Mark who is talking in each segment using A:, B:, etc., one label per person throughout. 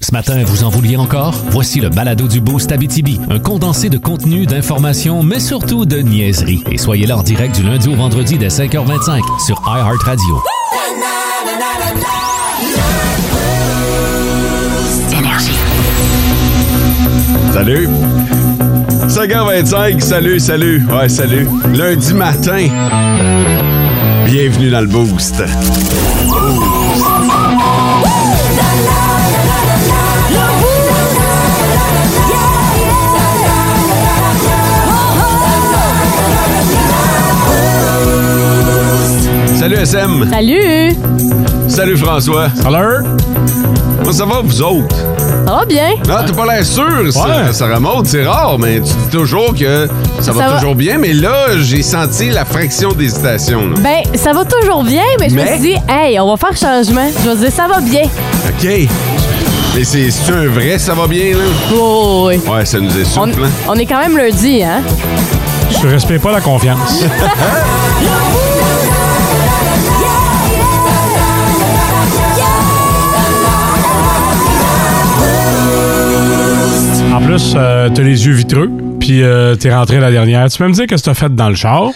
A: Ce matin, vous en vouliez encore? Voici le balado du Boost Abitibi, un condensé de contenu, d'informations, mais surtout de niaiseries. Et soyez là en direct du lundi au vendredi dès 5h25 sur iHeartRadio.
B: Salut. 5h25, salut, salut. Ouais, salut. Lundi matin. Bienvenue dans le Boost. Salut SM.
C: Salut!
B: Salut François.
D: Salut!
B: Comment ça va vous autres?
C: Ça va bien?
B: Non, t'as pas l'air sûr, ça,
D: Ouais.
B: ça remonte, c'est rare, mais tu dis toujours que ça va
C: Ça va.
B: toujours bien, mais là, j'ai senti la fraction d'hésitation. là.
C: Ben, ça va toujours bien, mais je
B: Mais?
C: me suis dit, hey, on va faire changement. Je me suis dit, ça va bien.
B: OK. Mais c'est c'est un vrai, ça va bien, là?
C: Oh, oui.
B: Ouais, ça nous
C: On,
B: essouffle, hein?
C: on est quand même lundi, hein?
D: Je respecte pas la confiance. En plus, euh, t'as les yeux vitreux, puis euh, t'es rentré la dernière. Tu peux me dire qu'est-ce que t'as fait dans le char?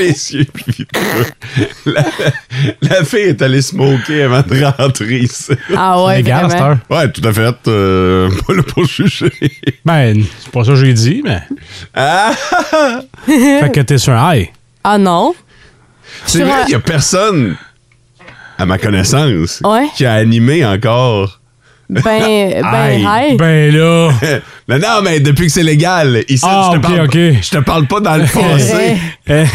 B: Les yeux vitreux. La, la fille est allée smoker avant de rentrer ici.
C: Ah ouais,
D: Les gars, à cette
C: vraiment.
D: heure.
B: Ouais, tout à fait. euh, pas là pour juger.
D: Ben, c'est pas ça que j'ai dit, mais...
B: Ah!
D: fait que t'es sur un high.
C: Ah non?
B: C'est
C: Sur
B: vrai,
C: un-
B: il n'y a personne, à ma connaissance,
C: Ouais.
B: qui a animé encore.
C: Ben, ben,
B: Aïe.
C: hey.
D: Ben là...
B: Non, non, mais depuis que c'est légal, ici,
D: Ah,
B: je,
D: ok,
B: te parle,
D: ok.
B: je te parle pas dans le passé.
C: Hey.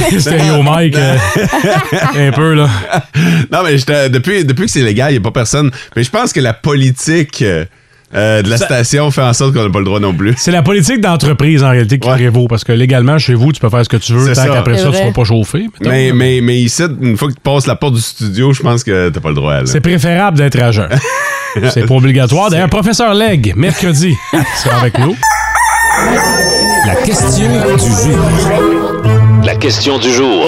D: Hey! Stéréo Mike, euh, un peu, là.
B: Non, mais je te- depuis, depuis que c'est légal, il n'y a pas personne. Mais je pense que la politique euh, euh, de la station fait en sorte qu'on n'a pas le droit non plus.
D: C'est la politique d'entreprise, en réalité, qui
B: Ouais.
D: prévaut. Parce que légalement, chez vous, tu peux faire ce que tu veux,
B: C'est
D: tant
B: ça.
D: qu'après
C: C'est
D: ça, tu
C: vrai.
D: ne seras pas chauffé. mettons.
B: Mais, mais, mais ici, une fois que tu passes la porte du studio, je pense que t'as pas le droit. là.
D: C'est préférable d'être à jeun. C'est pas obligatoire. D'ailleurs, professeur Legge, mercredi, sera avec nous.
A: La question du jour.
E: La question du jour.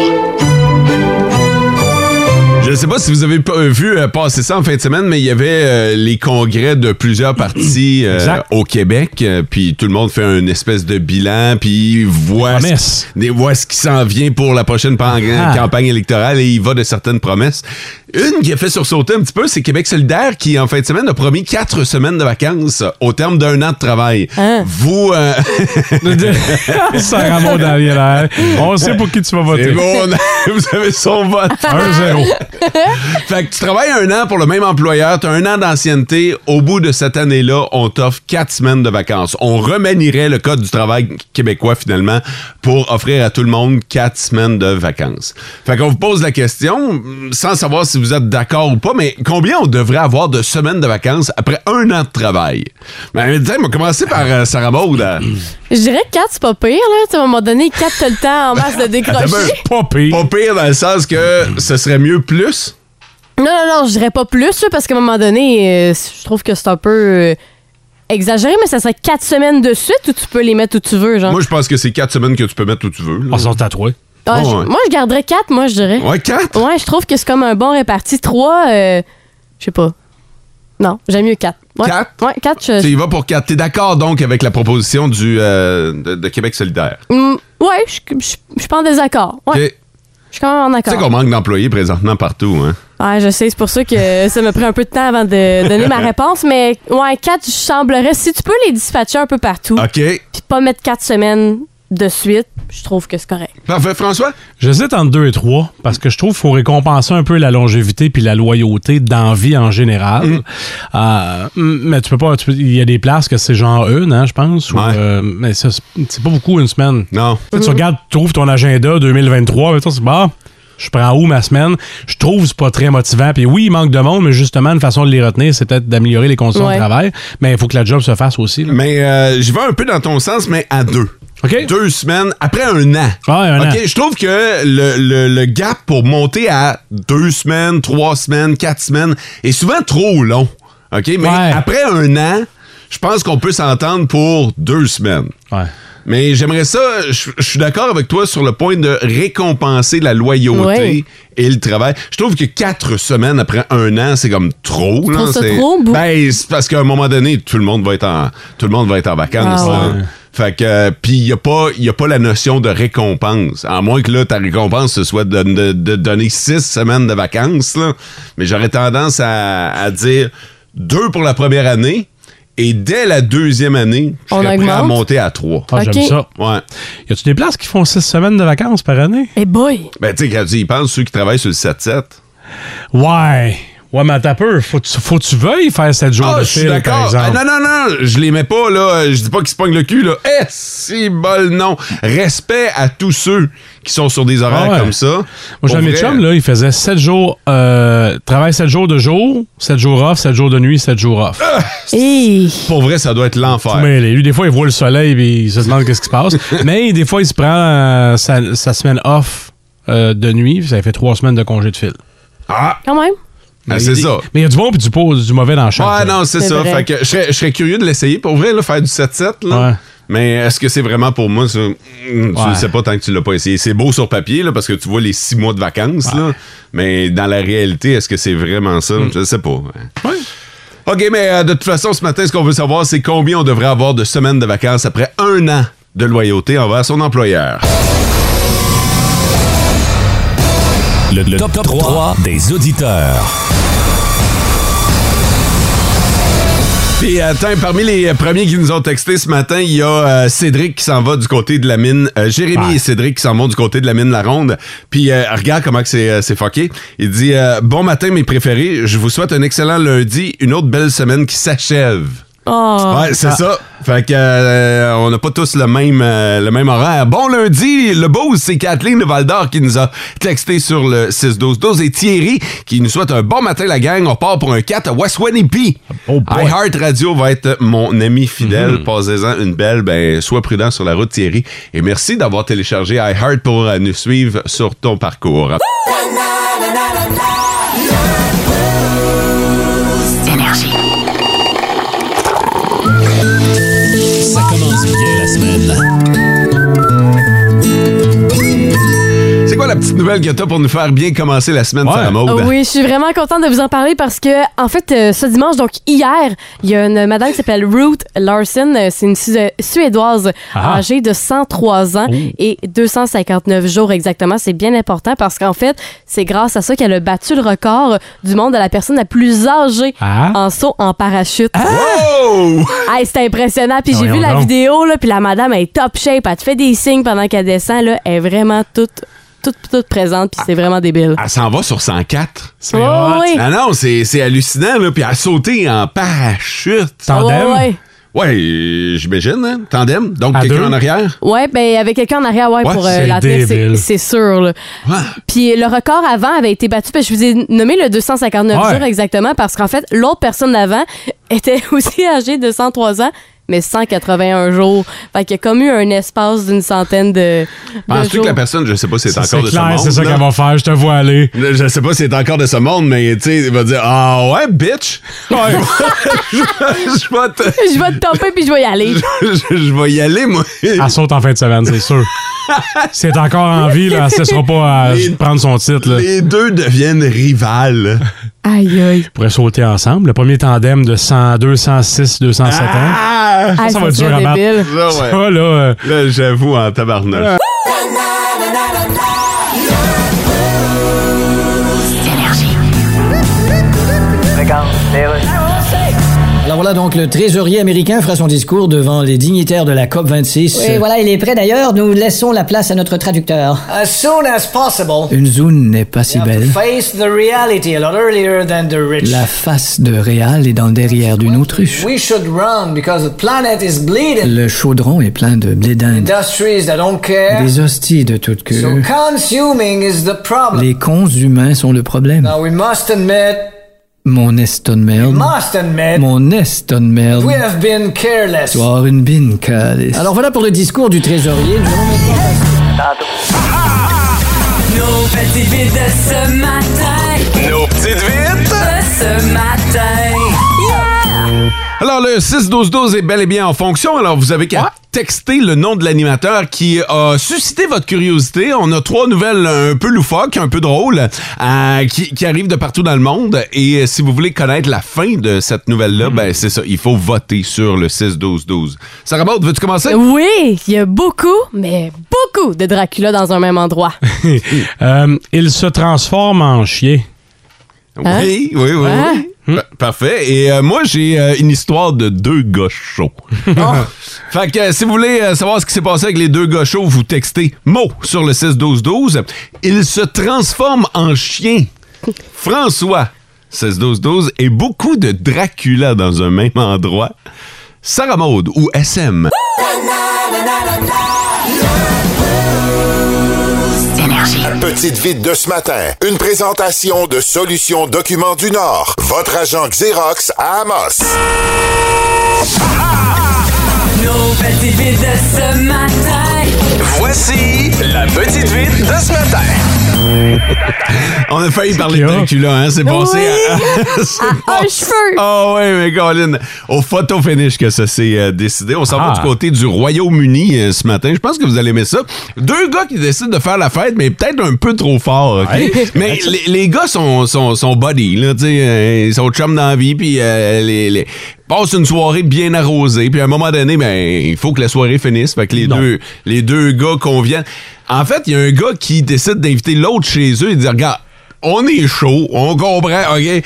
B: Je ne sais pas si vous avez pas vu euh, passer ça en fin de semaine, mais il y avait euh, les congrès de plusieurs partis euh,
D: Exact.
B: au Québec. euh, puis tout le monde fait une espèce de bilan, puis voit
D: promesses.
B: ce, des- voit ce qui s'en vient pour la prochaine pan-
D: Ah.
B: campagne électorale et il va de certaines promesses. Une qui a fait sursauter un petit peu, c'est Québec solidaire qui, en fin de semaine, a promis quatre semaines de vacances au terme d'un an de travail.
C: Hein?
B: Vous... euh,
D: Ça remonte dans les airs. On sait pour qui tu vas
B: c'est
D: voter.
B: bon, on a- vous avez son vote.
D: 1-0.
B: Fait que tu travailles un an pour le même employeur, tu as un an d'ancienneté. Au bout de cette année-là, on t'offre quatre semaines de vacances. On reménierait le Code du travail québécois, finalement, pour offrir à tout le monde quatre semaines de vacances. Fait qu'on vous pose la question, sans savoir si vous êtes d'accord ou pas, mais combien on devrait avoir de semaines de vacances après un an de travail? Ben, tiens, on va commencer par euh, Sarah Maud. hein.
C: Je dirais que 4, c'est pas pire, là. Tu sais, à un moment donné, 4, t'as le temps en masse de décrocher.
D: Pas pire.
B: Pas pire dans le sens que ce serait mieux plus.
C: Non, non, non, je dirais pas plus, là, parce qu'à un moment donné, euh, je trouve que c'est un peu euh, exagéré, mais ça serait 4 semaines de suite ou tu peux les mettre où tu veux, genre?
B: Moi, je pense que c'est quatre semaines que tu peux mettre où tu veux. là.
D: On s'en tatoué.
C: Ah, je-
B: Oh, ouais.
C: Moi, je garderais 4, moi, je dirais.
B: Ouais, quatre?
C: Ouais, je trouve que c'est comme un bon réparti. 3, euh, je sais pas. Non, j'aime mieux 4. Ouais.
B: Quatre?
C: Ouais, 4,
D: Euh,
C: je.
B: Tu y vas pour quatre. T'es d'accord donc avec la proposition du, euh, de, de Québec solidaire?
C: Hmm, ouais, je je- je suis pas en désaccord. Ouais,
B: Ok.
C: je suis quand même en
B: Tu
C: accord.
B: sais qu'on manque d'employés présentement partout, hein?
C: Ouais, je sais, c'est pour ça que ça m'a pris un peu de temps avant de donner ma réponse, mais ouais, 4, je semblerais. Si tu peux les dispatcher un peu partout,
D: Mm.
B: OK.
C: puis pas mettre 4 semaines de suite, je trouve que c'est correct.
B: Parfait. François?
D: J'hésite entre deux et trois parce que je trouve qu'il faut récompenser un peu la longévité puis la loyauté dans vie en général. Euh, mm, mais tu peux pas. tu peux- Il y a des places que c'est genre une, hein, je pense. ou,
B: Ouais.
D: euh, mais ça, c'est c'est pas beaucoup une semaine.
B: Non.
D: Tu sais, Tu regardes, tu trouves ton agenda 2023, mais toi, c'est bah, je prends où ma semaine? Je trouve c'est pas très motivant. Puis oui, il manque de monde, mais justement, une façon de les retenir, c'est peut-être d'améliorer les conditions
C: Ouais.
D: de travail. Mais il faut que la job se fasse aussi. là.
B: Mais euh, je vais un peu dans ton sens, mais à deux.
D: OK?
B: Deux semaines, après un an.
D: Ouais, un an.
B: OK, je trouve que le, le- le gap pour monter à deux semaines, trois semaines, quatre semaines est souvent trop long. OK, mais
D: Ouais.
B: après un an, je pense qu'on peut s'entendre pour deux semaines.
D: Ouais.
B: Mais j'aimerais ça, je je suis d'accord avec toi sur le point de récompenser la loyauté
C: Ouais.
B: et le travail. Je trouve que quatre semaines après un an, c'est comme trop. là,
C: trouves ça
B: c'est-
C: trop, Bou?
B: Ben, c'est parce qu'à un moment donné, tout le monde va être en, tout le monde va être en vacances.
C: Ah
B: là.
D: ouais.
B: Fait que, euh, puis il n'y a, pas- y a pas la notion de récompense. À moins que là, ta récompense, ce soit de, de- de donner six semaines de vacances. là. Mais j'aurais tendance à, à dire deux pour la première année. Et dès la deuxième année, je
C: On
B: serais prêt à
C: augmente?
B: monter à trois.
D: Ah,
C: Ok.
D: j'aime ça.
B: Ouais.
D: Y a-tu des places qui font six semaines de vacances par année?
C: Eh boy!
B: Ben, tu sais, quand tu y penses, ceux qui travaillent sur le 7-7.
D: Ouais. Ouais, mais t'as peur. Faut, que tu- faut que tu veuilles faire sept jours
B: Ah,
D: de
B: je suis
D: fil, par
B: d'accord. Ah,
D: exemple.
B: non, non, non, je les mets pas, là. Je dis pas qu'ils se pognent le cul, là. Eh, si bol, non. Respect à tous ceux qui sont sur des horaires
D: Ah ouais.
B: comme ça.
D: Moi,
B: Pour
D: j'avais mes
B: vrai.
D: chums, là, ils faisaient sept jours, euh, travail sept jours de jour, sept jours off, sept jours de nuit, sept jours off.
C: Eh!
B: Pour vrai, ça doit être l'enfer.
D: Mais lui, des fois, il voit le soleil et il se demande qu'est-ce qui se passe. Mais des fois, il se prend euh, sa, sa semaine off euh, de nuit, puis ça fait trois semaines de congé de fil.
B: Ah,
C: Quand même.
B: ben,
D: Mais il y a
B: c'est
D: des-
B: ça.
D: Mais il y a du bon puis du, pas- du mauvais dans chaque. là.
B: Ouais, non, c'est
C: C'est
B: ça.
C: vrai.
B: Fait que je serais- je serais curieux de l'essayer. Pour vrai, là, faire du 7-7, là.
D: Ouais.
B: Mais est-ce que c'est vraiment pour moi? Ça? Mm, Tu
D: Ouais.
B: le sais pas tant que tu l'as pas essayé. C'est beau sur papier, là, parce que tu vois les six mois de vacances, là. Mais dans la réalité, est-ce que c'est vraiment ça? Je sais pas.
D: Mm.
B: hein.
D: Ouais.
B: OK, mais euh, de toute façon, ce matin, ce qu'on veut savoir, c'est combien on devrait avoir de semaines de vacances après un an de loyauté envers son employeur.
A: Le, le top, 3, des auditeurs.
B: Puis, attends, parmi les euh, premiers qui nous ont texté ce matin, il y a euh, Cédric qui s'en va du côté de la mine. euh, Jérémy
D: Ouais.
B: et Cédric qui s'en vont du côté de la mine La Ronde. Puis, euh, regarde comment que c'est euh, c'est fucké. Il dit euh, Bon matin, mes préférés. Je vous souhaite un excellent lundi, une autre belle semaine qui s'achève.
C: Oh!
B: Ouais, c'est ça. Fait que euh, on n'a pas tous le même euh, le même horaire. Bon lundi, le beau, c'est Kathleen de Val-d'Or qui nous a texté sur le 6-12-12 et Thierry qui nous souhaite un bon matin la gang. On part pour un 4 à Waswanipi.
D: Oh boy. Mhm.
B: iHeart Radio va être mon ami fidèle. Passez-en une belle. Ben, sois prudent sur la route Thierry. Et merci d'avoir téléchargé iHeart pour euh, nous suivre sur ton parcours.
A: Ça commence bien la semaine.
B: C'est quoi la petite nouvelle que t'as pour nous faire bien commencer la semaine,
D: Ouais.
B: Sarah Maud?
D: ben.
C: Ah oui, je suis vraiment contente de vous en parler parce que, en fait, euh, ce dimanche, donc hier, il y a une madame qui s'appelle Ruth Larson. Euh, C'est une Su- Suédoise
D: Ah. Oh.
C: âgée de 103 ans et 259 jours exactement. C'est bien important parce qu'en fait, c'est grâce à ça qu'elle a battu le record du monde de la personne la plus âgée
D: Ah.
C: en saut en parachute.
B: Oh!
C: Hey, c'était impressionnant. Puis j'ai
D: Voyons
C: vu la
D: donc.
C: vidéo, là, puis la madame elle est top shape. Elle te fait des signes pendant qu'elle descend. Là. Elle est vraiment toute, toute, toute présente, puis c'est vraiment débile.
D: Ah.
C: Oh,
B: Elle s'en va sur 104.
D: C'est
C: Ouais,
D: hot.
C: ouais.
B: Ah non, c'est c'est hallucinant, là. Puis à sauter en parachute.
D: Tandem.
C: Ouais, ouais.
B: Ouais, euh, j'imagine, hein? Tandem. Donc,
D: À deux.
B: quelqu'un en arrière.
C: Ouais, ben avec quelqu'un en arrière, ouais,
B: Ouais,
C: pour euh,
D: c'est
C: la tenir, c'est-
D: débile.
C: c'est sûr. là.
B: Ah,
C: Puis le record avant avait été battu, parce que je vous ai nommé le 259
D: Ouais.
C: jours exactement, parce qu'en fait, l'autre personne d'avant était aussi âgée de 103 ans, mais 181 jours. Fait qu'il y a comme eu un espace d'une centaine de, de
B: Penses-tu
C: jours.
B: que la personne, je sais pas si c'est
D: Ça,
B: encore
D: C'est
B: de
D: clair,
B: ce
D: c'est
B: monde.
D: ça
B: là.
D: qu'elle va faire. Je te vois aller.
B: Je sais pas si c'est encore de ce monde, mais tu sais, il va dire Ah ouais, bitch!
D: Ouais.
B: je, vais te-
C: Je vais te taper puis je vais y aller.
B: je- je vais y aller, moi.
D: Elle saute en fin de semaine, c'est sûr. C'est encore en vie, là. Elle ne cessera pas à
B: Les-
D: prendre son titre. Là.
B: Les deux deviennent rivales.
C: Aïe, aïe.
D: pourrait sauter ensemble. Le premier tandem de 100, 206, 207 ans.
B: Ah!
C: Ah,
D: ça va être
C: serait
D: dur à battre.
C: débile.
B: Ça, ouais.
D: Ça, là, euh,
B: Là, j'avoue, en tabarnouche.
F: Alors voilà donc le trésorier américain fera son discours devant les dignitaires de la COP26.
G: Oui, voilà, il est prêt d'ailleurs. Nous laissons la place à notre traducteur.
H: As soon as possible,
F: Une zone n'est pas si
H: we have to
F: belle.
H: face the reality a lot earlier than the rich.
F: Eh? La face de Réal est dans le derrière d'une autruche.
H: We should run because the planet is bleeding.
F: Le chaudron est plein de blé d'Inde.
H: Industries that don't care.
F: Des hosties de toute
H: So
F: queue.
H: consuming is the problem.
F: Les cons humains sont le problème.
H: Now we must admit,
F: Mon eston merde.
H: must admit,
F: Mon eston merde.
H: we have been careless.
F: Doit avoir une bine, calice. Alors voilà pour le discours du trésorier. Nous allons maintenant passer-
I: Nos petites vites de ce matin. Nos petites vites de ce matin. Yeah!
B: Alors, le 6-12-12 est bel et bien en fonction. Alors, vous avez qu'à texter le nom de l'animateur qui euh, a suscité votre curiosité. On a trois nouvelles un peu loufoques, un peu drôles, euh, qui, qui arrivent de partout dans le monde. Et euh, si vous voulez connaître la fin de cette nouvelle-là, ben c'est ça. Il faut voter sur le 6-12-12. Sarah Maud, veux-tu commencer?
C: Oui, il y a beaucoup, mais beaucoup de Dracula dans un même endroit.
D: Euh, il se transforme en chien.
C: Hein?
B: Oui, oui, oui. oui.
C: Hein?
B: Pa- Parfait. Et euh, moi, j'ai euh, une histoire de deux gars chauds.
C: Oh!
B: Fait que euh, si vous voulez euh, savoir ce qui s'est passé avec les deux gars chauds, vous textez mot sur le 6-12-12. Ils se transforment en chien. François, 16-12-12, et beaucoup de Dracula dans un même endroit. Sarah Maude ou SM.
J: Petite vide de ce matin, une présentation de Solutions Documents du Nord, votre agent Xerox à Amos.
I: Nos petites vites de ce matin.
K: Voici la petite vite de ce matin.
B: On a failli parler de
D: clair.
B: Dracula, hein? C'est passé à... c'est
C: un
B: passé-
C: cheveu.
B: Ah ouais, mais Colin, au photo finish que ça s'est euh, décidé. On s'en va
D: Ah.
B: du côté du Royaume-Uni euh, ce matin. Je pense que vous allez aimer ça. Deux gars qui décident de faire la fête, mais peut-être un peu trop fort. OK? mais les, les gars sont, sont, sont buddies, là, tu sais, euh, ils sont chums dans la vie, puis euh, les, les- passent une soirée bien arrosée, puis à un moment donné, ben, il faut que la soirée finisse. Fait que les, deux, les deux gars conviennent. En fait, il y a un gars qui décide d'inviter l'autre chez eux et de dire, regarde, on est chaud, on comprend, OK?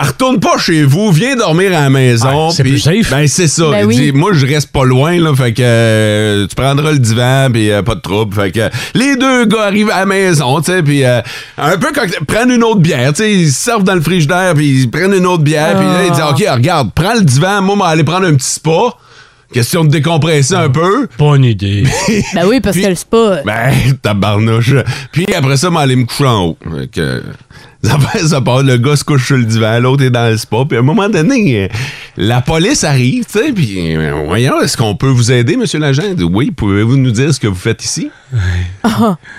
B: Retourne pas chez vous, viens dormir à la maison.
D: Ouais, c'est
B: puis-
D: plus safe.
B: Ben, c'est ça.
C: Ben
B: Il
C: oui.
B: dit, moi, je reste pas loin, là, fait que euh, tu prendras le divan, puis euh, pas de trouble. Fait que euh, les deux gars arrivent à la maison, tu sais, puis euh, un peu quand prennent une autre bière, tu sais, ils se servent dans le frigidaire, puis ils prennent une autre bière, puis là, ils
C: Ah.
B: disent, OK, regarde, prends le divan, moi, m'en aller prendre un petit spa. Question de décompresser un peu.
D: Bonne idée.
C: Ben oui, parce
B: Puis-
C: que le spa.
B: Ben, tabarnouche. Puis après ça, m'aller me coucher en haut. Fait que, ça passe, ça part. Le gars se couche sur le divan, l'autre est dans le spa. Puis à un moment donné, euh, la police arrive, tu sais, puis euh, voyons, est-ce qu'on peut vous aider, monsieur l'agent? Il dit, oui, pouvez-vous nous dire ce que vous faites ici?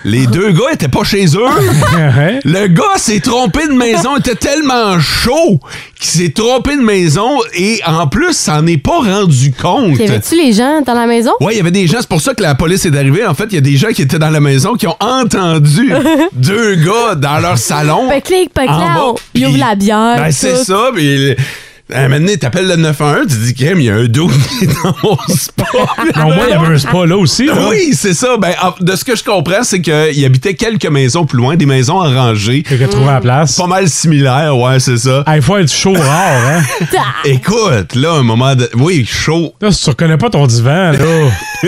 B: Les deux gars étaient pas chez eux.
D: Hein?
B: Le gars s'est trompé de maison, était tellement chaud qu'il s'est trompé de maison et en plus, s'en est pas rendu compte.
C: Y avait-tu les gens dans la maison?
B: Ouais, il y avait des gens, c'est pour ça que la police est arrivée. En fait, il y a des gens qui étaient dans la maison qui ont entendu deux gars dans leur salon.
C: Fait clic, pas
B: en bas,
C: clair. ben,
B: puis-
C: Il ouvre la bière.
B: Ben, c'est
C: tout.
B: ça, puis euh, maintenant, t'appelles le 911, tu dis, Kim, il y a un dos qui est dans mon spa.
D: Non, moi, il y avait un spa là aussi. là.
B: Oui, c'est ça. Ben, en- de ce que je comprends, c'est qu'il habitait quelques maisons plus loin, des maisons en rangée.
D: Quelqu'un a trouvé la place.
B: Pas mal similaires, ouais, c'est ça.
D: Il faut être chaud rare, hein?
C: Ah.
B: Écoute, là, un moment de... Oui, chaud.
D: Là, si tu reconnais pas ton divan, là,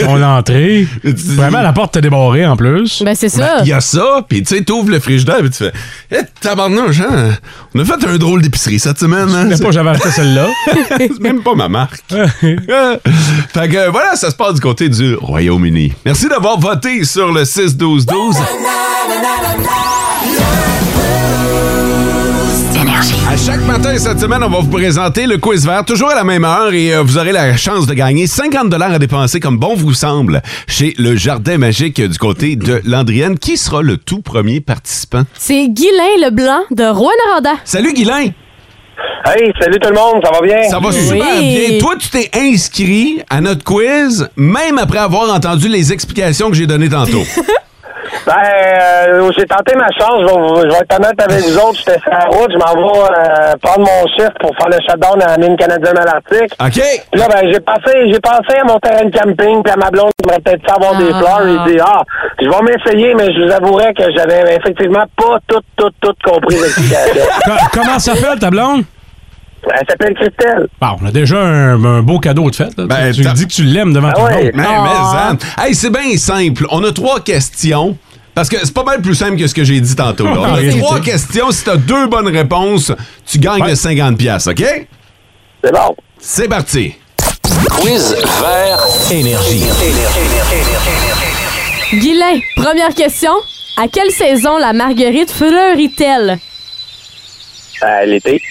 D: ton entrée, vraiment, la porte t'a débarrée en plus.
C: Ben, c'est
B: Ben,
C: ça.
B: Il y a ça, puis tu sais, t'ouvres le frigidaire, puis tu fais Eh, tabarnouche, hein? On a fait un drôle d'épicerie cette semaine, hein?
D: Je savais pas que j'avais acheté celle-là.
B: C'est même pas ma marque. fait que voilà, ça se passe du côté du Royaume-Uni. Merci d'avoir voté sur le 6-12-12. À chaque matin cette semaine, on va vous présenter le quiz vert, toujours à la même heure, et euh, vous aurez la chance de gagner 50 à dépenser comme bon vous semble chez le Jardin Magique du côté de Landrienne. Qui sera le tout premier participant?
C: C'est Guylain Leblanc de Rouen-Noranda.
B: Salut Guilain!
K: Hey, salut tout le monde, ça va bien?
B: Ça va
C: Oui.
B: super bien. Toi, tu t'es inscrit à notre quiz, même après avoir entendu les explications que j'ai données tantôt.
K: Ben, euh, j'ai tenté ma chance, je vais, je vais être honnête avec vous autres, j'étais sur la route, je m'en vais euh, prendre mon chiffre pour faire le shutdown à la mine canadienne à l'Arctique.
B: OK?
K: Puis là, ben, j'ai pensé, j'ai pensé à mon terrain de camping, puis à ma blonde, qui me peut-être avoir des
C: Ah.
K: fleurs. Il dit, ah, je vais m'essayer, mais je vous avouerai que j'avais effectivement pas tout, tout, tout compris l'explication.
D: Co- comment ça fait, ta blonde?
K: Elle s'appelle Christelle.
D: Bah, on a déjà un, un beau cadeau de fête. là.
B: Ben,
D: tu tu
B: t'as-
D: dis que tu l'aimes
L: Ah
D: devant tout le
K: ouais.
D: monde.
B: Mais, mais,
C: Ah.
B: hein. Hey, c'est bien simple. On a trois questions. Parce que c'est pas mal plus simple que ce que j'ai dit tantôt. là.
D: En
B: On a
D: réalité.
B: trois questions. Si t'as deux bonnes réponses, tu gagnes
D: Ouais.
B: le 50$, piastres, OK?
K: C'est bon.
B: C'est parti.
E: Quiz vert énergie.
C: Ah. Guylain, première question. À quelle saison la marguerite fleurit-elle?
K: Euh, L'été.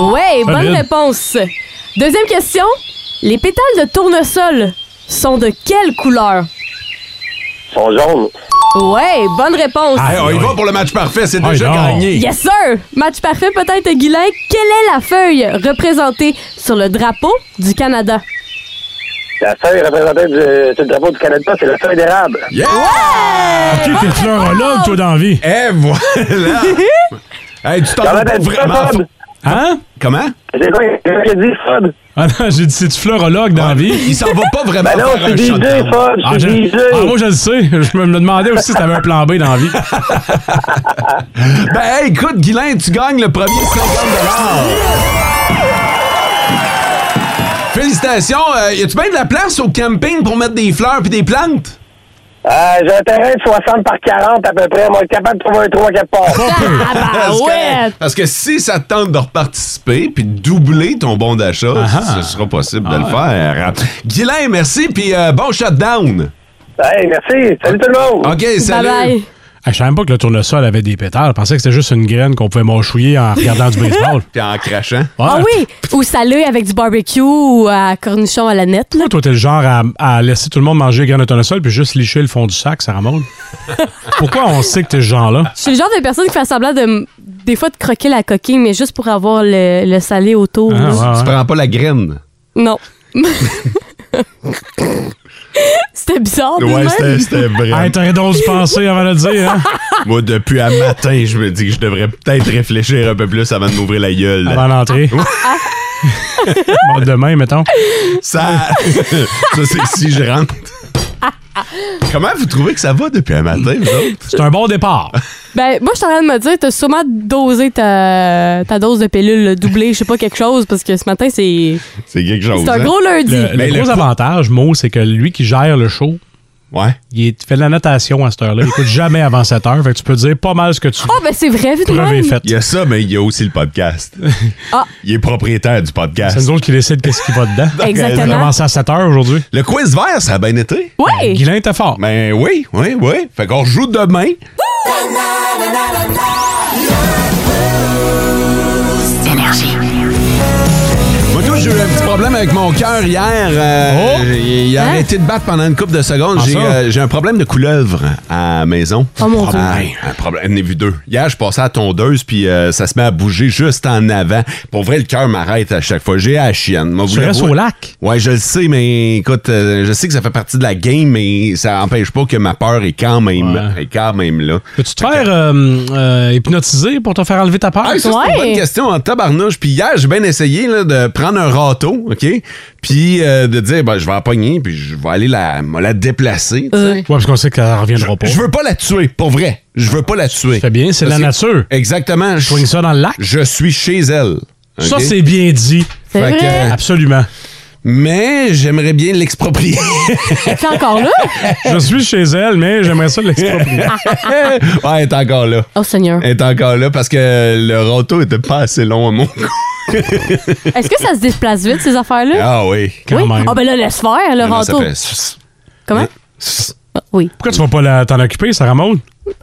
C: Ouais, bonne
D: Solide.
C: réponse. Deuxième question. Les pétales de tournesol sont de quelle couleur?
K: Son jaune.
C: Ouais, bonne réponse.
B: Hey, on y va pour le match parfait, c'est
D: Ah,
B: déjà gagné.
C: Yes, sir! Match parfait peut-être, Guilain. Quelle est la feuille représentée sur le drapeau du Canada?
K: La feuille représentée du, sur le drapeau du Canada, c'est la feuille d'érable.
B: Yeah!
D: Ok, t'es fleurologue, toi, dans la vie.
B: Eh, voilà! hey, tu t'en vas pas vraiment. fou.
D: Hein?
B: Comment?
K: C'est quoi que dit, Fod?
D: Ah non, j'ai dit, c'est du fleurologue dans la vie.
B: Il s'en va pas vraiment.
K: Ben non,
B: faire
K: c'est
B: un
K: des
B: shutdown.
K: idées, Fod,
D: Ah,
K: c'est
D: je-
K: des idées.
D: Ah, moi, je le sais. Je me, me demandais aussi si t'avais un plan B dans la vie.
B: Ben, hey, écoute, Guilain, tu gagnes le premier 50 Félicitations. Euh, y a-tu bien de la place au camping pour mettre des fleurs puis des plantes?
K: Euh, j'ai un terrain de 60 par 40 à peu près. Moi, je suis capable de trouver un 3 quelque part.
C: Ah, bah,
B: Parce que-
C: ouais!
B: Parce que si ça te tente de reparticiper puis de doubler ton bon d'achat, ce sera possible de le faire. Guilain, merci, puis euh, bon shutdown.
K: Hey, merci. Salut tout le monde.
B: OK, salut.
C: Bye-bye.
D: Ah, je savais même pas que le tournesol avait des pétales. Je pensais que c'était juste une graine qu'on pouvait mâchouiller en regardant du baseball.
B: Puis en crachant.
C: Ah
D: Ouais.
C: oui! Ou salé avec du barbecue ou à cornichon à la nette, là.
D: Toi, t'es le genre à, à laisser tout le monde manger les graines de tournesol puis juste licher le fond du sac, ça remonte. Pourquoi on sait que t'es ce genre-là?
C: Je suis le genre de personne qui fait semblant de, m- des fois, de croquer la coquille, mais juste pour avoir le, le salé autour.
D: Ah,
C: là.
D: ouais,
B: Tu
D: ouais.
B: prends pas la graine.
C: Non. C'était bizarre, de même.
B: c'était
D: Hey, t'aurais donc dû penser avant de le dire, hein?
B: Moi, depuis un matin, je me dis que je devrais peut-être réfléchir un peu plus avant de m'ouvrir la gueule.
D: Avant l'entrée.
B: Ah,
D: Bon, demain, mettons.
B: Ça, ça c'est si je rentre. Comment vous trouvez que ça va depuis un matin, vous autres?
D: C'est un bon départ.
C: Ben, moi, je suis en train de me dire, t'as sûrement dosé ta, ta dose de pilule doublée, je sais pas, quelque chose, parce que ce matin, c'est
B: C'est quelque chose.
C: c'est un
B: hein?
C: gros lundi.
D: Le, le
B: Mais le
D: gros
B: po-
D: avantage, Mo, c'est que lui qui gère le show,
B: Ouais.
D: il est- fait de la natation à cette heure-là. Il écoute jamais avant 7 heures. Fait que tu peux dire pas mal ce que tu
B: Oh,
C: Ah, ben, c'est vrai, vu de
D: preuve est
C: même.
D: faite.
B: Il y a ça, mais il y a aussi le podcast.
C: Ah.
B: Il est propriétaire du
D: C'est
B: podcast.
D: nous autres qui décide qu'est-ce qui va dedans. On a
C: Exactement.
D: commencé à 7 heures aujourd'hui.
B: Le quiz vert, ça a bien été.
C: Oui!
D: Guilain était fort.
B: Ben oui, oui, oui. Fait qu'on joue demain. Moi, tout, j'ai eu un petit problème avec mon cœur hier. euh,
D: Oh!
B: j'ai- Il a
C: Hein?
B: arrêté de battre pendant une couple de secondes.
D: Ah,
B: J'ai
D: ça?
B: euh, j'ai un problème de couleuvre à la maison.
C: Oh, mon Dieu.
B: Aïe, Un problème. J'en ai vu deux. Hier, je passais à la tondeuse, puis euh, ça se met à bouger juste en avant. Pour vrai, le cœur m'arrête à chaque fois. J'ai à la chienne. Moi, vous
D: Tu restes
B: l'avouez.
D: au lac.
B: Ouais, je le sais, mais écoute, euh, je sais que ça fait partie de la game, mais ça empêche pas que ma peur est quand même,
D: Ouais.
B: est quand même là.
D: Peux-tu te faire euh, euh, hypnotiser pour te faire enlever ta peur?
B: Ah, ça, c'est une
C: Ouais.
B: bonne question en tabarnouche. Puis hier, j'ai bien essayé là, de prendre un râteau, OK? Puis euh, de dire, ben, je vais en pogner, puis je vais aller la, me la déplacer. tu
C: Euh.
B: sais.
D: Ouais, parce qu'on sait qu'elle reviendra pas.
B: Je veux pas la tuer, pour vrai. Je veux pas la tuer.
D: fais bien, c'est
B: Parce
D: la
B: que-
D: nature.
B: Exactement. Je,
D: Swing ça dans le lac.
B: je suis chez elle.
D: Ça,
B: OK?
D: c'est bien dit.
C: C'est
B: Fait que-
C: vrai.
D: Absolument.
B: Mais j'aimerais bien l'exproprier.
C: Es-tu encore là?
D: Je suis chez elle, mais j'aimerais ça l'exproprier.
B: ouais, elle est encore là.
C: Oh, Seigneur.
B: Elle est encore là parce que le râteau était pas assez long à mon cou.
C: Est-ce que ça se déplace vite, ces affaires-là?
B: Ah oui.
D: Quand
C: oui.
D: même.
C: Ah, ben là, laisse faire, le
B: Non, ça
C: râteau. Euh,
B: fait-
C: Comment? Ah, Oui.
D: Pourquoi tu vas pas la- t'en occuper, Sarah Maud?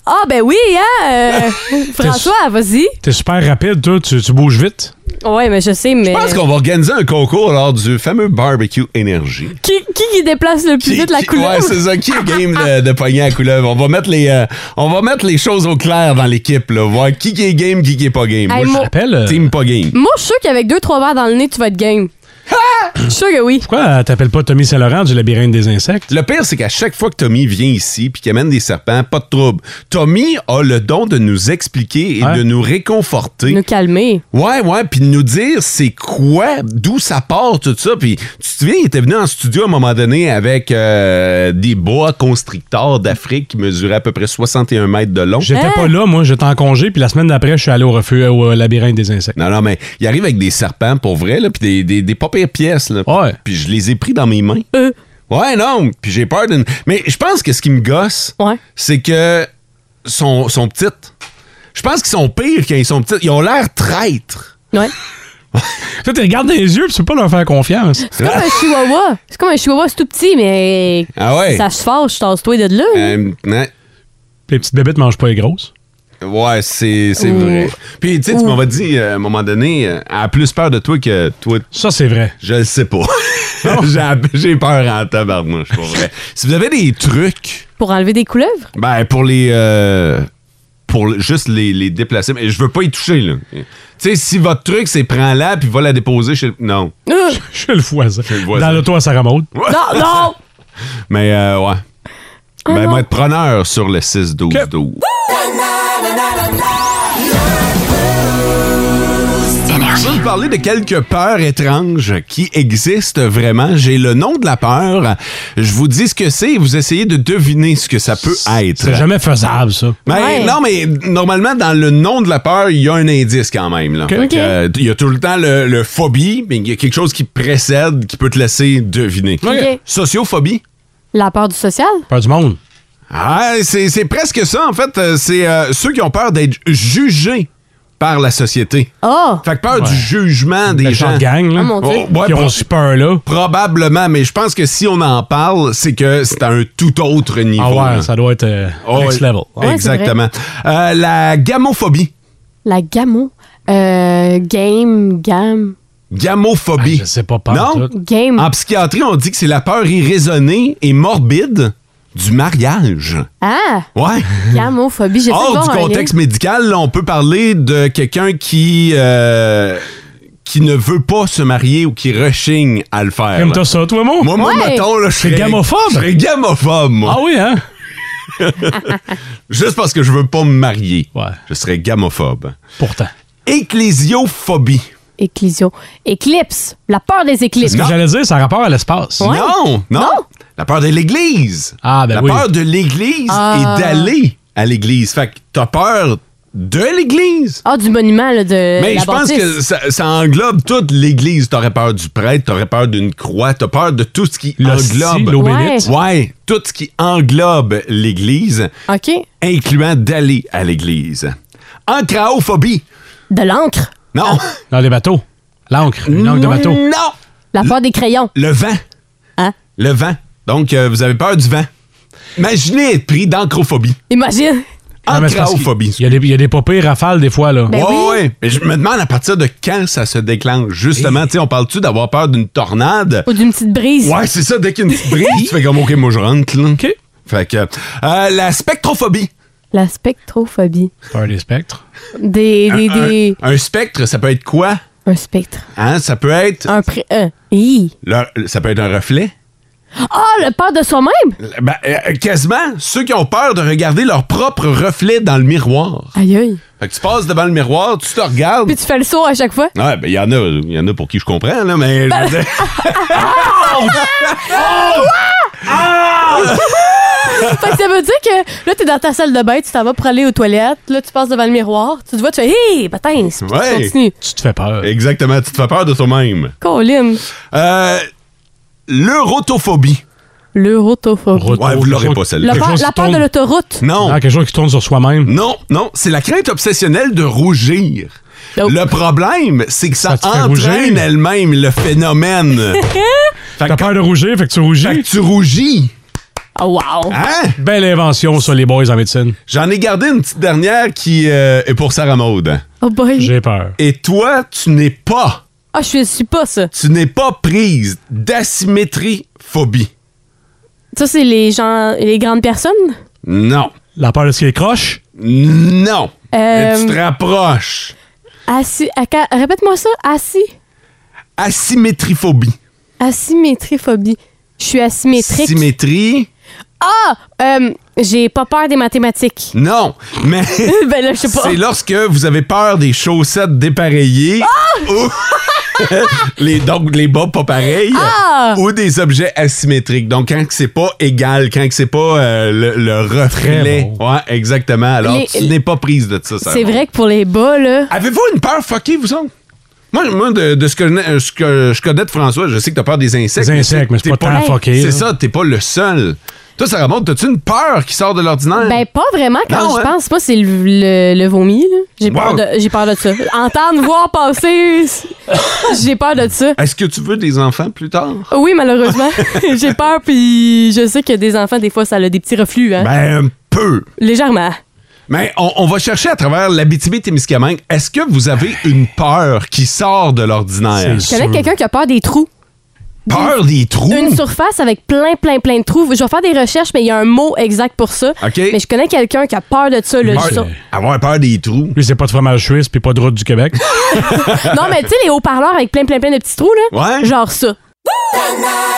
C: Ah, ben oui, hein? euh, François, vas-y.
D: T'es super rapide, toi. Tu, tu bouges vite.
C: Ouais, mais je sais, mais.
B: Je pense qu'on va organiser un concours lors du fameux barbecue énergie.
C: Qui, qui qui déplace le plus vite la
B: Qui-
C: couleur?
B: Ouais, c'est ça. Qui est game de, de pogner à couleuvre? On va mettre les, euh, on va mettre les choses au clair dans l'équipe, là. Voir qui, qui est game, qui, qui est pas game.
C: Hey,
B: Moi,
C: mon-
B: je
D: Rappelle. euh,
B: suis team pas game.
C: Moi, je suis sûr qu'avec deux, trois verres dans le nez, tu vas être game.
B: Ah!
C: Je suis sûr que oui.
D: Pourquoi euh, t'appelles pas Tommy Saint-Laurent du labyrinthe des insectes?
B: Le pire, c'est qu'à chaque fois que Tommy vient ici puis qu'il amène des serpents, pas de trouble. Tommy a le don de nous expliquer et
D: Ouais.
B: de nous réconforter.
C: Nous calmer.
B: Ouais, ouais, puis de nous dire c'est quoi, d'où ça part tout ça. Puis tu te souviens, il était venu en studio à un moment donné avec euh, des bois constricteurs d'Afrique qui mesuraient à peu près 61 mètres de long.
D: J'étais pas là, moi. J'étais en congé, puis la semaine d'après, je suis allé au refuge euh, au labyrinthe des insectes.
B: Non, non, mais il arrive avec des serpents pour vrai, là, puis des, des, des pas pires pièces, là.
D: Ouais.
B: Puis je les ai pris dans mes mains.
C: Euh.
B: Ouais, non, puis j'ai peur d'une. Mais je pense que ce qui me gosse,
C: Ouais.
B: c'est que sont, sont petites. Je pense qu'ils sont pires quand ils sont petites. Ils ont l'air traîtres.
C: Ouais.
D: Toi, tu regardes dans les yeux, puis tu peux pas leur faire confiance.
C: C'est comme un chihuahua. C'est comme un chihuahua, c'est tout petit, mais.
B: Ah ouais?
C: Ça se fâche, tasse-toi de là.
B: Euh, ouais.
D: Puis les petites bébêtes mangent pas les grosses.
B: Ouais, c'est c'est
D: Ou-
B: vrai. Puis, tu sais, tu
D: Ou-
B: m'avais dit, euh, à un moment donné, euh, elle a plus peur de toi que toi.
D: Ça, c'est vrai.
B: Je le sais pas. J'ai- J'ai peur en tabarnouche, pour vrai. si vous avez des trucs,
C: Pour enlever des couleuvres?
B: ben, pour les... euh, pour le- juste les, les déplacer. Mais je veux pas y toucher, là. Tu sais, si votre truc, c'est prends-la, puis va la déposer chez... le- Non.
C: Euh.
D: Je le voisin.
B: voisin.
D: Dans le toit à Sarah Maud.
C: Non, non!
B: Mais, euh, ouais. ben, moi, être preneur sur le 6-12-12. Je vais vous parler de quelques peurs étranges qui existent vraiment. J'ai le nom de la peur. Je vous dis ce que c'est et vous essayez de deviner ce que ça peut être.
D: C'est jamais faisable, ça.
B: Ben, Non, mais normalement, dans le nom de la peur, il y a un indice quand même. là.
D: Ok.
B: Fait que, euh, Il y a tout le temps le, le phobie, mais il y a quelque chose qui précède, qui peut te laisser deviner.
C: Ok.
B: Sociophobie?
C: La peur du social?
D: Peur du monde.
B: Ah, c'est c'est presque ça, en fait. Euh, C'est euh, ceux qui ont peur d'être jugés par la société.
C: Oh!
B: Fait que peur
D: Ouais.
B: du jugement des
D: Méchante
B: gens.
D: gang, là. Ah, mon Dieu. Qui ont ce peur-là.
B: Probablement, mais je pense que si on en parle, c'est que c'est à un tout autre niveau.
D: Ah ouais,
B: là.
D: ça doit être euh,
B: Oh,
D: next
B: hein. ouais.
D: level.
C: Ouais, c'est
B: Exactement. Euh, la gamophobie.
C: La gamo? Euh, game, gamme.
B: Gamophobie. je sais
D: Ah, pas,
B: Non?
C: Game.
B: En psychiatrie, on dit que c'est la peur irraisonnée et morbide du mariage.
C: Ah!
B: Ouais.
C: Gamophobie, j'ai
B: Hors du contexte médical, là, on peut parler de quelqu'un qui, euh, qui ne veut pas se marier ou qui rechigne à le faire.
D: Comme
B: là.
D: t'as ça, toi, mon?
B: Moi, moi, mettons, là, je
D: C'est
B: serais-
D: gamophobe.
B: Je serais gamophobe, moi.
D: Ah oui, hein?
B: Juste parce que je veux pas me marier. Je serais gamophobe.
D: Pourtant.
B: Ecclésiophobie.
C: Éclisio. Éclipse. La peur des éclipses.
D: Ce que j'allais dire, ça a rapport à l'espace.
C: Ouais.
B: Non, non, La peur de l'Église.
D: Ah, ben
B: La
D: oui.
B: peur de l'Église
C: Ah.
B: et d'aller à l'Église. Fait que t'as peur de l'Église.
C: Ah, du monument là, de
B: Mais
C: la
B: je pense
C: bâtisse.
B: que ça, ça englobe toute l'Église. T'aurais peur du prêtre, t'aurais peur d'une croix, t'as peur de tout ce qui
D: L'hostie,
B: englobe.
D: l'eau bénite.
B: Ouais. Ouais, tout ce qui englobe l'Église,
C: OK.
B: incluant d'aller à l'Église. Antraophobie.
C: De l'encre.
B: Non.
C: Ah,
D: Dans les bateaux. L'encre. Une encre de bateau.
B: Non.
C: La peur des crayons.
B: Le vent.
C: Hein?
B: Le vent. Donc, euh, vous avez peur du vent. Imaginez être pris d'ancrophobie.
C: Imagine.
D: Ah, mais c'est parce
B: Ancraophobie.
D: qu'il- Il y a des- il y a des papiers rafales des fois, là.
C: Ben
B: ouais,
C: oui.
B: ouais. Mais je me demande à partir de quand ça se déclenche. Justement, tu sais, on parle-tu d'avoir peur d'une tornade?
C: Ou d'une petite brise.
B: Ouais, c'est ça. Dès qu'il y a une petite brise, tu fais comme, OK, moi, je rentre. Là.
D: OK.
B: Fait que, euh, la spectrophobie.
C: La spectrophobie.
D: Peur des spectres.
C: Des. des, des...
B: Un spectre, ça peut être quoi?
C: Un, spectre.
B: Hein? Ça peut être...
C: Un pré. un. Hi.
B: le- ça peut être un reflet.
C: Ah, le peur de soi-même.
B: Ben, euh, quasiment, ceux qui ont peur de regarder leur propre reflet dans le miroir.
C: Aïe, aïe.
B: Fait que tu passes devant le miroir, tu te regardes.
C: Puis tu fais le saut à chaque fois.
B: Ouais, ben, il y en a, il y en a pour qui je comprends, là, mais. je veux dire-
C: fait que ça veut dire que là, t'es dans ta salle de bain, tu t'en vas pour aller aux toilettes. Là, tu passes devant le miroir. Tu te vois, tu fais Hé, patin. Tu
B: Ouais.
C: continues.
D: Tu te fais peur.
B: Exactement, tu te fais peur de toi-même.
C: Colline.
B: Euh, L'eurotophobie.
C: L'eurotophobie.
B: Ouais, vous l'aurez pas, celle-là.
C: La
B: Mmh.
D: Quelque
C: peur,
D: chose
C: la
D: qui
C: peur de
D: tourne.
C: l'autoroute.
B: Non,
D: Ah, quelque chose qui tourne sur soi-même.
B: non, non, c'est la crainte obsessionnelle de rougir.
C: Oh.
B: Le problème, c'est que ça,
D: Ça te fait
B: entraîne
D: rougir.
B: elle-même le phénomène. fait,
D: T'as
B: que,
D: peur de rougir, fait que tu rougis.
B: fait que tu rougis.
C: Oh, wow.
B: Hein?
D: Belle invention, ça, les boys en médecine.
C: Mmh.
B: J'en ai gardé une petite dernière qui euh, est pour Sarah Maud.
C: Oh, boy.
D: J'ai peur.
B: Et toi, tu n'es pas,
C: Ah, je suis- je suis pas ça.
B: tu n'es pas prise d'asymétrie phobie.
C: Ça, c'est les gens, les grandes personnes?
B: Non.
D: La peur de ce qui est croche?
B: Non. Mais
C: Euh,
B: tu te rapproches.
C: Assi... aca- Répète-moi ça. Assis.
B: Asymétriphobie.
C: Asymétriphobie. Je suis asymétrique.
B: Symétrie.
C: ah! Euh, J'ai pas peur des mathématiques.
B: Non. Mais
C: ben là, je sais pas.
B: c'est lorsque vous avez peur des chaussettes dépareillées
C: Ah!
B: ou les, donc les bas pas pareils
C: Ah!
B: ou des objets asymétriques. Donc quand que c'est pas égal, quand que c'est pas euh, le, le reflet. Ouais, exactement. Alors
C: Les-
B: tu n'es pas prise de ça. Sarah.
C: C'est vrai que pour les bas, là.
B: Avez-vous une peur fuckée, vous autres? Moi, moi, de, de ce, que, je connais- euh, ce que je connais de François, je sais que t'as peur des insectes.
D: Des insectes, mais c'est
B: t'es
D: pas tant fucké,
B: C'est
D: là.
B: ça, t'es pas le seul. Toi, ça remonte, t'as-tu une peur qui sort de l'ordinaire?
C: Ben, pas vraiment quand
B: Non,
C: je
B: hein?
C: pense. Moi, c'est le, le, le vomi, là. J'ai peur,
B: Wow.
C: de, j'ai peur de ça. Entendre, voir passer. J'ai peur de ça.
B: Est-ce que tu veux des enfants plus tard?
C: Oui, malheureusement. J'ai
D: Ben,
C: peur, puis je sais que des enfants, des fois, ça a des petits reflux, hein.
B: Ben, un peu.
C: Légèrement.
B: Mais on, on va chercher à travers l'Abitibi-Témiscamingue. Est-ce que vous avez une peur qui sort de l'ordinaire?
C: Je connais quelqu'un qui a peur des trous.
B: Peur des trous?
C: Une surface avec plein, plein, plein de trous. Je vais faire des recherches, mais il y a un mot exact pour ça.
B: OK.
C: Mais je connais quelqu'un qui a peur de ça. Là,
B: Peur-
C: sur-
B: Avoir peur des trous.
D: Lui, c'est pas de fromage suisse puis pas de route du Québec.
C: Non, mais tu sais, les haut-parleurs avec plein, plein, plein de petits trous, là.
D: Ouais.
C: Genre ça.
B: Ah,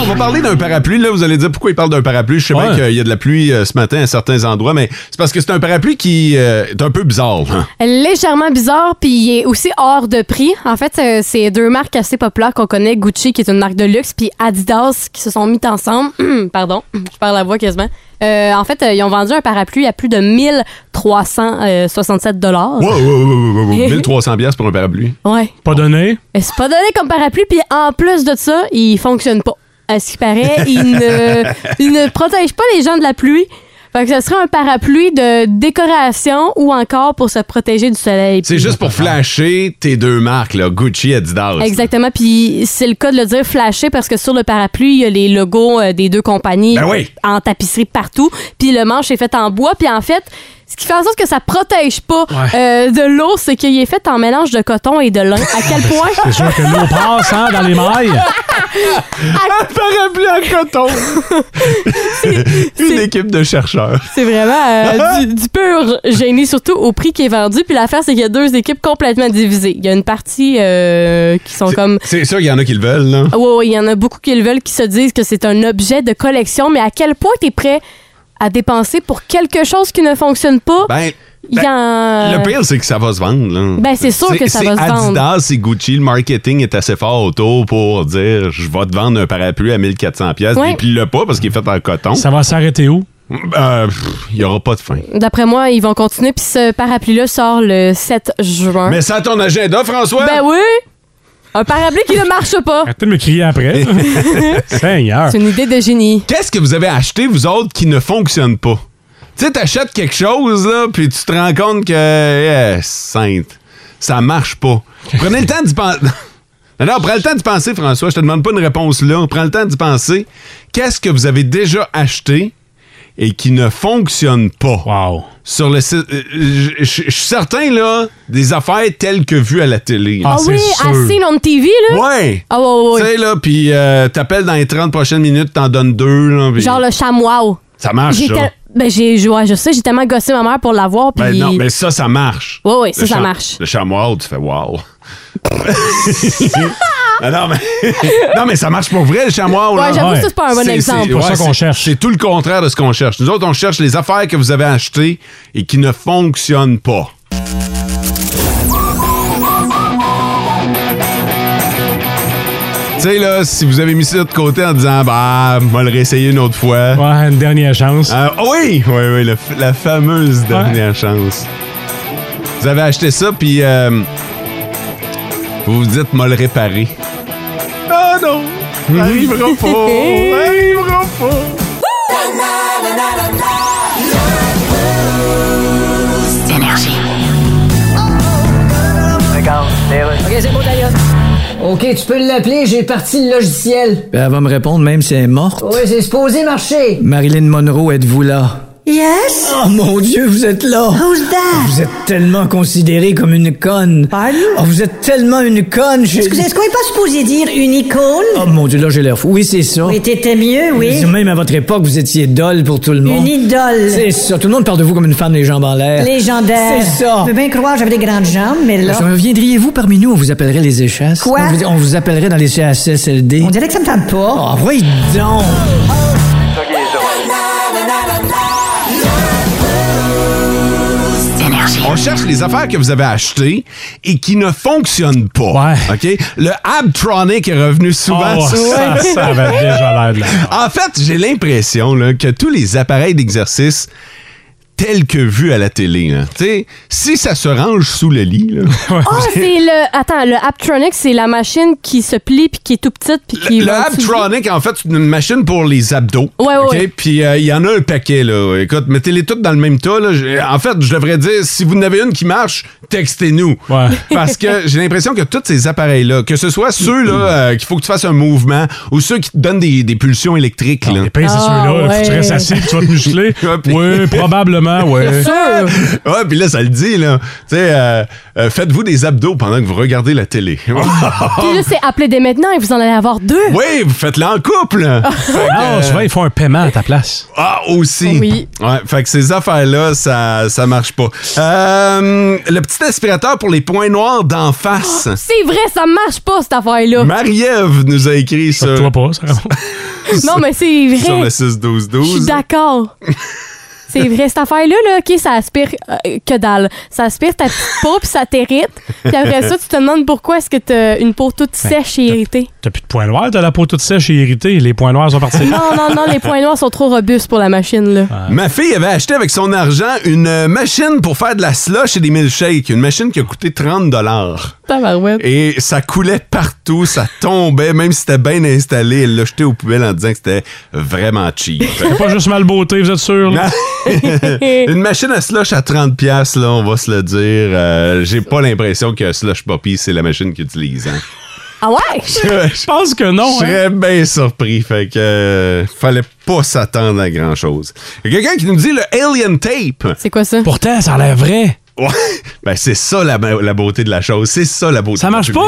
B: On va parler d'un parapluie. Là, vous allez dire pourquoi il parle d'un parapluie. Je sais bien qu'il y a de la pluie euh, ce matin à certains endroits, mais c'est parce que c'est un parapluie qui euh, est un peu bizarre. hein.
C: Légèrement bizarre, puis il est aussi hors de prix. En fait, euh, c'est deux marques assez populaires qu'on connaît, Gucci, qui est une marque de luxe, puis Adidas, qui se sont mises ensemble. Pardon, je parle la voix quasiment. Euh, en fait, euh, ils ont vendu un parapluie à plus de 1367 euh, dollars.
B: Wow, wow, wow, wow, wow, wow. 1300 piastres pour un parapluie.
C: Ouais.
D: Pas donné.
C: Et C'est pas donné comme parapluie, puis en plus de ça, il fonctionne pas. À ce qui paraît, il ne, il ne protège pas les gens de la pluie. Fait que ce serait un parapluie de décoration ou encore pour se protéger du soleil.
B: C'est
C: Puis-
B: juste pour flasher tes deux marques, là, Gucci et Adidas.
C: Exactement, puis c'est le cas de le dire flasher parce que sur le parapluie, il y a les logos euh, des deux compagnies
B: Ben oui.
C: en tapisserie partout, puis le manche est fait en bois, puis en fait, ce qui fait en sorte que ça protège pas euh, de l'eau, c'est qu'il est fait en mélange de coton et de lin. À quel point
D: C'est sûr que l'eau passe hein, dans les mailles.
B: Un parapluie en coton. Une équipe de chercheurs.
C: C'est vraiment euh, du, du pur génie, surtout au prix qui est vendu. Puis l'affaire, c'est qu'il y a deux équipes complètement divisées. Il y a une partie euh, qui sont comme
B: C'est sûr qu'il y en a qui le veulent, là.
C: Ah ouais, ouais, il y en a beaucoup qui le veulent, qui se disent que c'est un objet de collection, mais à quel point t'es prêt à dépenser pour quelque chose qui ne fonctionne pas?
B: Ben,
C: Il y en-
B: Le pire, c'est que ça va se vendre. Là.
C: Ben, c'est sûr que ça
B: c'est
C: va se vendre.
B: Adidas c'est Gucci, le marketing est assez fort autour pour dire je vais te vendre un parapluie à 1400 pièces
C: Ouais.
B: et puis le pas parce qu'il est fait en coton.
D: Ça va s'arrêter où?
B: Euh, pff, Il n'y aura pas de fin.
C: D'après moi, ils vont continuer, puis ce parapluie-là sort le 7 juin.
B: Mais ça ton agenda, François?
C: Ben oui! Un parapluie qui ne marche pas!
D: Arrêtez de me crier après. Seigneur.
C: C'est une idée de génie.
B: Qu'est-ce que vous avez acheté, vous autres, qui ne fonctionne pas? Tu sais, t'achètes quelque chose, là, puis tu te rends compte que, eh, sainte, ça marche pas. Prenez le temps d'y penser. Non, non, prends le temps d'y penser, François. Je te demande pas une réponse là. Prends le temps d'y penser. Qu'est-ce que vous avez déjà acheté et qui ne fonctionne pas?
D: Wow.
B: Sur le site. euh, Je je- je suis certain, là, des affaires telles que vues à la télé.
C: Ah, oui, assez long de TV, là?
B: Ouais!
C: Ah ouais, ouais,
B: Tu
C: ouais.
B: sais, là, puis euh, t'appelles dans les 30 prochaines minutes, t'en donnes deux, là. puis-
C: Genre le chamois.
B: ça marche,
C: J'ai
B: ça.
C: tel- Ben, j'ai, ouais, je sais, j'ai tellement gossé ma mère pour l'avoir, puis...
B: Ben non, mais ça, ça marche.
C: Ouais, ouais, ça,
B: Le
C: ça
B: cha-
C: marche.
B: Le chamois, tu fais wow. Ah non, mais... non, mais ça marche pour vrai, le chamois. là.
C: Ouais, j'avoue, ça, c'est pas un bon exemple.
D: Pas ça qu'on
B: c'est- C'est tout le contraire de ce qu'on cherche. Nous autres, on cherche les affaires que vous avez achetées et qui ne fonctionnent pas. Tu sais, là, si vous avez mis ça de côté en disant, bah, on va le réessayer une autre fois.
D: Ouais, une dernière chance.
B: Ah oui, oui, oui, le f- la fameuse dernière chance. Vous avez acheté ça, puis euh, vous vous dites, m'a le réparer. Ah non, ça arrivera pas, ça arrivera pas.
G: Ok, c'est bon, ta gueule.
H: Ok, tu peux l'appeler, j'ai parti le logiciel.
F: Ben, elle va me répondre même si elle est morte.
H: Oui, c'est supposé marcher.
F: Marilyn Monroe, êtes-vous là?
M: Yes?
F: Oh mon Dieu, vous êtes là!
M: Who's that?
F: Vous êtes tellement considérée comme une conne. Oh, vous êtes tellement une conne. je-
M: Excusez, est-ce qu'on n'est pas supposé dire une icône?
F: Oh mon Dieu, là j'ai l'air fou. Oui, c'est ça.
M: Oui, t'étais mieux, oui.
F: Mais Même à votre époque, vous étiez dole pour tout le monde.
M: Une idole.
F: C'est ça. Tout le monde parle de vous comme une femme les jambes en l'air.
M: Légendaire.
F: C'est ça.
M: Je peux bien croire que j'avais des grandes jambes, mais là.
F: Ça, Viendriez-vous parmi nous? On vous appellerait les échasses.
M: Quoi?
F: On vous, on vous appellerait dans les CHSLD.
M: On dirait que ça me tente pas.
F: Ah oui, donc!
B: On cherche les affaires que vous avez achetées et qui ne fonctionnent pas. OK? Le Abtronic est revenu souvent.
D: Oh, ça, ça avait
B: Ah,
D: déjà l'air de la-
B: En fait, j'ai l'impression là, que tous les appareils d'exercice, tel que vu à la télé. là. Tu sais, si ça se range sous le lit. là,
C: Ah, c'est le. Attends, le Aptronic, c'est la machine qui se plie puis qui est tout petite puis qui.
B: Le
C: va-
B: Abtronic, en fait, c'est une machine pour les abdos.
C: Ouais, ouais,
B: OK?
C: ouais.
B: Puis euh, il y en a un paquet, là. Écoute, mettez-les toutes dans le même tas. là. J'ai- En fait, je devrais dire, si vous en avez une qui marche, textez-nous. Parce que j'ai l'impression que tous ces appareils-là, que ce soit ceux là, euh, qu'il faut que tu fasses un mouvement ou ceux qui te donnent des, des pulsions électriques. là.
D: Pince, Ah, c'est celui-là. Faut que tu restes assis, tu vas te museler. oui, probablement, oui.
B: Ah. Ouais, puis là, ça le dit, là. Tu sais, euh, euh, faites-vous des abdos pendant que vous regardez la télé.
C: Puis là, c'est appelé dès maintenant et vous en allez avoir deux.
B: Oui, vous faites-le en couple.
D: Ah,
B: Euh,
D: souvent, ils font un paiement à ta place.
B: Ah, aussi.
C: Oui.
B: Ouais, fait que ces affaires-là, ça, ça marche pas. Euh, le petit aspirateur pour les points noirs d'en face.
C: C'est vrai, ça marche pas cette affaire-là.
B: Marie-Ève nous a écrit ça. Toi
D: pas,
C: Non, mais c'est vrai.
B: Sur le 6 12
C: Je suis
B: 12.
C: d'accord. C'est vrai, cette affaire-là, là, OK, ça aspire euh, que dalle. Ça aspire ta petite peau, puis ça t'irrite. Puis après ça, tu te demandes pourquoi est-ce que t'as une peau toute sèche et irritée.
D: T'as plus de points noirs, t'as la peau toute sèche et irritée. Les points noirs sont partis.
C: Non, non, non, les points noirs sont trop robustes pour la machine, là.
B: Ma fille avait acheté avec son argent une euh, machine pour faire de la slush et des milkshakes. Une machine qui a coûté 30 dollars.
C: Tabarouette.
B: Et ça coulait partout, ça tombait, même si c'était bien installé. Elle l'a jeté aux poubelles en disant que c'était vraiment cheap.
D: C'est pas juste mal beauté, vous êtes sûr? là?
B: Une machine à slush à 30$, piastres, là, on va se le dire. Euh, J'ai pas l'impression que Slush Poppy, c'est la machine qu'ils utilisent. hein.
C: Ah ouais?
B: Je
D: pense que non. hein.
B: Je serais bien surpris. Fait que euh, fallait pas s'attendre à grand chose. Il y a quelqu'un qui nous dit le Alien Tape.
C: C'est quoi ça?
D: Pourtant, ça a l'air vrai.
B: Ouais. Ben, c'est ça la, la beauté de la chose. C'est ça la beauté. Ça marche pas.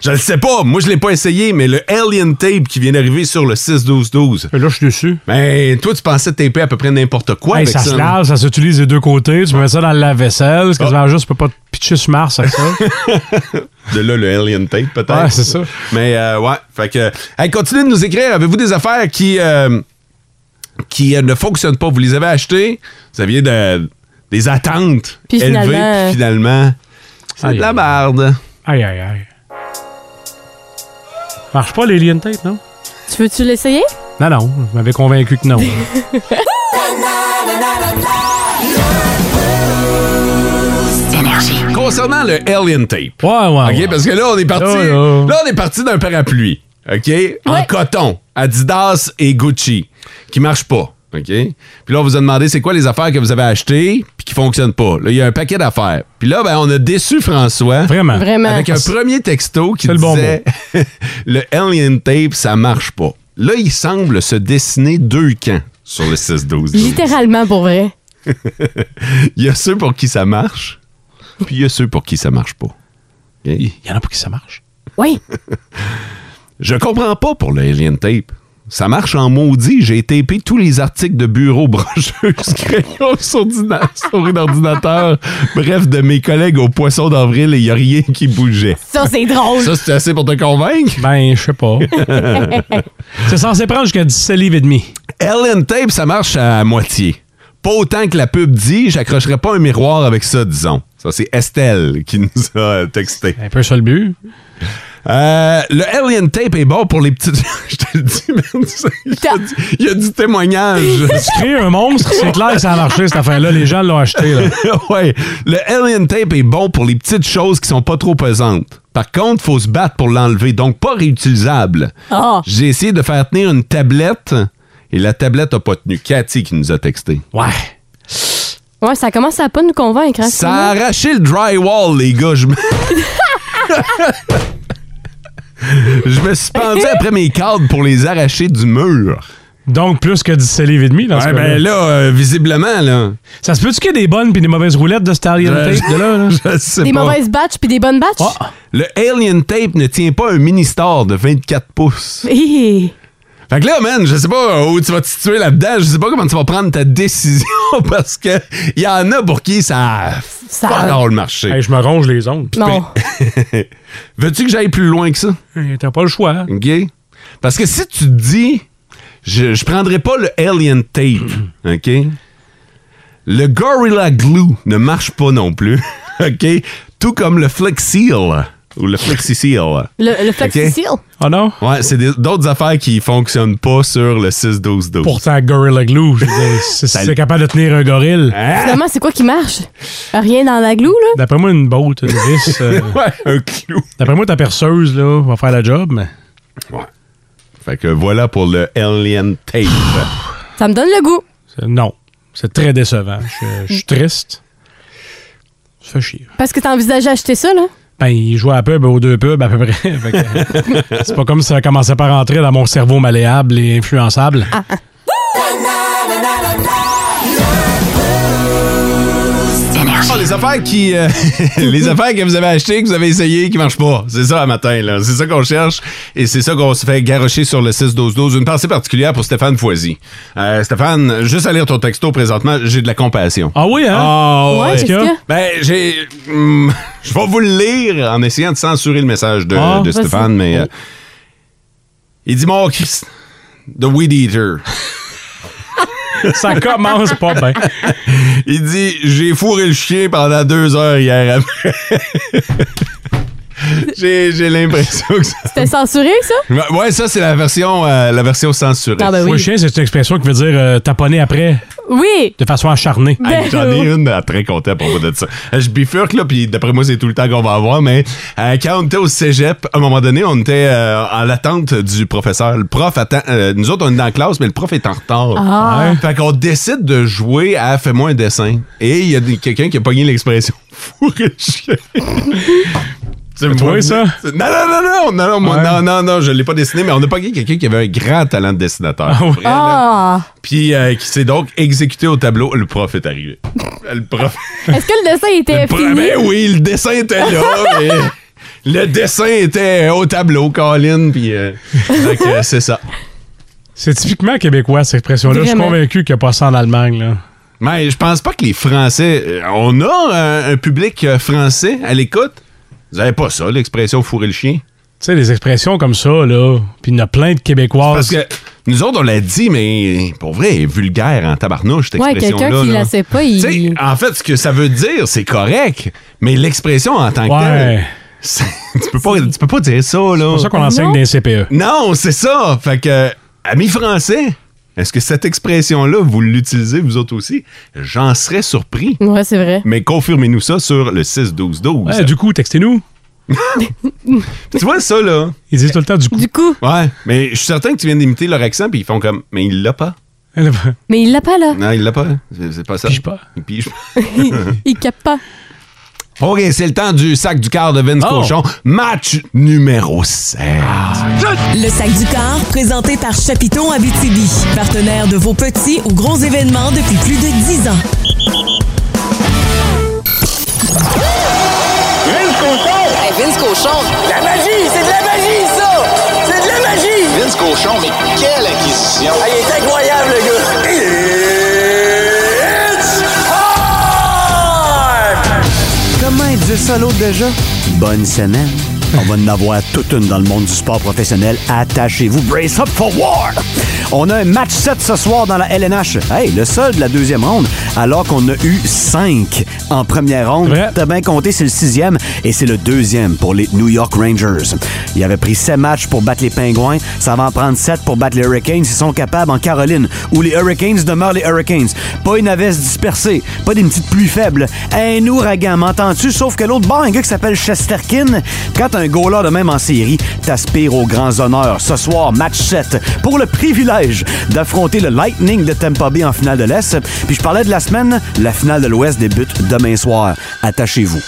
B: Je le sais pas. Moi, je l'ai pas essayé, mais le Alien Tape qui vient d'arriver sur le 6-12-12.
D: Là, je suis déçu.
B: Ben, toi, tu pensais taper à peu près n'importe quoi
D: Hey,
B: avec
D: ça
B: ça.
D: se
B: là. Ah.
D: lave, ça s'utilise des deux côtés. Tu mets ça dans le lave-vaisselle. C'est quasiment juste, tu peux pas te pitcher sur Mars avec ça.
B: De là, le Alien Tape, peut-être.
D: Ouais, c'est ça.
B: Mais euh, ouais, fait que. Hey, continuez de nous écrire. Avez-vous des affaires qui, euh, qui euh, ne fonctionnent pas? Vous les avez achetées? Vous aviez de- des attentes
D: Puis
B: élevées,
D: finalement,
B: puis finalement. C'est
D: Aïe,
B: de la
D: aïe,
B: merde.
D: Aïe, aïe, aïe. Marche pas l'alien tape, non?
C: Tu veux-tu l'essayer?
D: Non, non. Vous m'avez convaincu que non.
B: Concernant le Alien Tape.
D: Ouais, ouais.
B: OK,
D: Ah, ouais. Oh,
B: parce que là, on est parti.
D: Là, là.
B: Là, on est parti d'un parapluie. OK? En coton. Adidas et Gucci. Qui marche pas. OK? Puis là, on vous a demandé c'est quoi les affaires que vous avez achetées puis qui fonctionnent pas. Là, il y a un paquet d'affaires. Puis là, ben, on a déçu François.
D: Vraiment.
C: Vraiment.
B: Avec un premier texto qui
D: C'est le bon
B: disait le Alien Tape, ça marche pas. Là, il semble se dessiner deux camps sur le 6-12.
C: Littéralement, pour vrai.
B: il y a ceux pour qui ça marche, puis il y a ceux pour qui ça marche pas. Il
D: y en a pour qui ça marche.
C: Oui.
B: Je comprends pas pour le Alien Tape. Ça marche en maudit. J'ai tapé tous les articles de bureau, brocheuse, crayon sur, ordina- sur un ordinateur. Bref, de mes collègues au Poisson d'Avril et il n'y a rien qui bougeait.
C: Ça, c'est drôle.
B: Ça, c'était assez pour te convaincre?
D: Ben, je sais pas. c'est censé prendre jusqu'à 17 livres et demi.
B: Ellen Tape, ça marche à moitié. Pas autant que la pub dit, j'accrocherai pas un miroir avec ça, disons. Ça, c'est Estelle qui nous a euh, texté. Euh,
D: Un peu sur le but.
B: le Alien Tape est bon pour les petites... Je te le dis, man, ça, il y a du- il y a du témoignage.
D: Tu crées un monstre, c'est clair que ça a marché, cette affaire-là. Les gens l'ont acheté, là.
B: ouais. Le Alien Tape est bon pour les petites choses qui sont pas trop pesantes. Par contre, faut se battre pour l'enlever, donc pas réutilisable.
C: Ah.
B: J'ai essayé de faire tenir une tablette et la tablette a pas tenu. Cathy qui nous a texté.
D: Ouais.
C: Ouais, ça commence à pas nous convaincre. hein,
B: Ça a arraché le drywall, les gars. Je me, je me suis pendu après mes cadres pour les arracher du mur.
D: Donc, plus que 17 livres et demi, dans ce
B: Ouais,
D: cas-là.
B: ben là, euh, visiblement, là.
D: Ça se peut-tu qu'il y ait des bonnes puis des mauvaises roulettes de cet alien
B: Je-
D: tape, de là, là?
B: je sais
C: Des
B: pas. Ah.
C: mauvaises batches puis des bonnes batches?
B: Le Alien Tape ne tient pas un mini-star de 24 pouces.
C: Hé.
B: Fait que là, man, je sais pas où tu vas te situer là-dedans, je sais pas comment tu vas prendre ta décision parce que y en a pour qui ça a
C: Ça-
B: pas dans le marché.
D: Hey, je me ronge les ongles.
C: Non.
B: Veux-tu que j'aille plus loin que ça?
D: T'as pas le choix.
B: OK? Parce que si tu te dis, je, je prendrai pas le Alien Tape,
C: Hmm.
B: OK? Le Gorilla Glue ne marche pas non plus, OK? Tout comme le Flex Seal. Ou le Flexi-Seal.
C: Le, le Flexi-Seal?
D: Oh non?
B: Ouais, c'est des- d'autres affaires qui fonctionnent pas sur le 6-12-12.
D: Pourtant, Gorilla Glue, je veux dire, si
B: Ça-
D: c'est capable de tenir un gorille.
C: Finalement, c'est quoi qui marche? Rien dans la glue, là?
D: D'après moi, une botte, une vis. euh,
B: ouais, un clou.
D: D'après moi, ta perceuse, là, va faire la job, mais.
B: Fait que voilà pour le Alien Tape.
C: Ça me donne le goût.
D: c'est- Non. C'est très décevant. Je- Je suis triste. Ça fait chier.
C: Parce que t'as envisagé acheter ça, là?
D: Ben, il jouait à la pub, aux deux pubs, à peu près. Fait que, c'est pas comme si ça commençait par rentrer dans mon cerveau malléable et influençable.
B: Ah, les affaires qui. euh, les affaires que vous avez achetées, que vous avez essayées, qui marchent pas. C'est ça à matin, là. C'est ça qu'on cherche et c'est ça qu'on se fait garrocher sur le 6-12-12. Une pensée particulière pour Stéphane Foisy. Euh, Stéphane, juste à lire ton texto présentement, j'ai de la compassion.
D: Ah oui, hein?
B: Ah
D: Ouais, qu'est-ce qu'il y a?
B: Ben, j'ai. hum, je vais vous le lire en essayant de censurer le message de,
D: Ah,
B: de
D: vas-y.
B: Stéphane, mais. euh, il dit Mon Christ, The Weed Eater.
D: Ça commence pas bien.
B: Il dit J'ai fourré le chien pendant deux heures hier après. j'ai j'ai l'impression que ça.
C: C'était censuré, ça?
B: Ouais, ça, c'est la version, euh, la version censurée.
C: Ah, ben oui.
D: Fouet chien, c'est une expression qui veut dire euh, taponner après,
C: Oui!
D: de façon acharnée.
C: Ben-
B: Hey, J'en ai une euh, très content pour vous de ça. Euh, Je bifurque, là, puis d'après moi, c'est tout le temps qu'on va avoir, mais euh, quand on était au cégep, à un moment donné, on était euh, en l'attente du professeur. Le prof attend. euh, nous autres, on est dans la classe, mais le prof est en retard.
C: Ah.
B: Ouais. Fait qu'on décide de jouer à Fais-moi un dessin. Et il y a des- quelqu'un qui a pogné l'expression Fourré le chien. Tu me
D: Toi,
B: vois
D: ça?
B: Non, non, non, non, non, non, moi,
D: Ouais.
B: non, non, non, je l'ai pas dessiné, mais on a pogné quelqu'un qui avait un grand talent de dessinateur. Pour vrai, là.
C: Ah!
B: Puis euh, qui s'est donc exécuté au tableau. Le prof est arrivé. Le prof.
C: Est-ce que le dessin était
B: Le prof-
C: fini?
B: ben oui, le dessin était là. mais le dessin était euh, au tableau, Colin. Puis euh, donc, euh, c'est ça.
D: C'est typiquement québécois, cette expression-là. Je suis
C: Vraiment.
D: convaincu qu'il n'y a pas ça en Allemagne. Là.
B: Mais je pense pas que les Français. euh, On a euh, un public euh, français à l'écoute. Vous avez pas ça, l'expression fourrer le chien?
D: Tu sais, des expressions comme ça, là. Puis il y en a plein de
B: Parce
D: québécoises.
B: que nous autres, on l'a dit, mais pour vrai, elle est vulgaire en tabarnouche, cette
C: Ouais,
B: expression-là.
C: quelqu'un qui
B: là.
C: la sait pas, il-
B: Tu sais, En fait, ce que ça veut dire, c'est correct, mais l'expression en tant que
D: Ouais.
B: telle, c'est- tu peux, pas, tu peux pas dire ça, là.
D: C'est pour ça qu'on enseigne
C: Ah, Non.
D: des CPE.
B: Non, c'est ça. Fait que, amis français, est-ce que cette expression-là, vous l'utilisez vous autres aussi? J'en serais surpris.
C: Ouais, c'est vrai.
B: Mais confirmez-nous ça sur le 6-12-12.
D: Ouais, du coup, textez-nous.
B: Tu vois ça, là?
D: Ils disent tout le temps du coup.
C: Du coup,
B: Ouais, mais je suis certain que tu viens d'imiter leur accent, puis ils font comme, mais il l'a pas.
D: Puis
C: mais il l'a pas, là.
B: Non, il l'a pas. C'est c'est pas ça.
D: Pige pas.
B: Il pige pas.
C: Il, il capte pas.
B: OK, c'est le temps du sac du quart de Vince
D: Oh.
B: Cochon. Match numéro 7. Ah,
I: Le sac du corps, présenté par Chapiton Abitibi, partenaire de vos petits ou gros événements depuis plus de 10 ans.
K: Vince Cochon!
I: Vince Cochon,
K: La magie! C'est de la magie, ça! C'est de la magie!
E: Vince Cochon, mais quelle acquisition!
K: Ah, il est incroyable, le gars! It's hard!
N: Comment il disait ça l'autre déjà? Bonne semaine. On va en avoir toute une dans le monde du sport professionnel. Attachez-vous. Brace up for war! On a un match 7 ce soir dans la LNH. Hey, le seul de la deuxième ronde, alors qu'on a eu 5 en première ronde.
D: Vrai.
N: T'as bien compté, c'est le sixième et c'est le deuxième pour les New York Rangers. Ils avaient pris 7 matchs pour battre les Pingouins. Ça va en prendre 7 pour battre les Hurricanes. Ils sont capables en Caroline, où les Hurricanes demeurent les Hurricanes. Pas une avesse dispersée, pas des petites pluies faibles. Un ouragan, m'entends-tu? Sauf que l'autre bord, un gars qui s'appelle Chesterkin. Quand t'as un goaler de même en série, t'aspires aux grands honneurs. Ce soir, match 7, pour le privilège d'affronter le Lightning de Tampa Bay en finale de l'Est. Puis je parlais de la semaine, la finale de l'Ouest débute demain soir. Attachez-vous.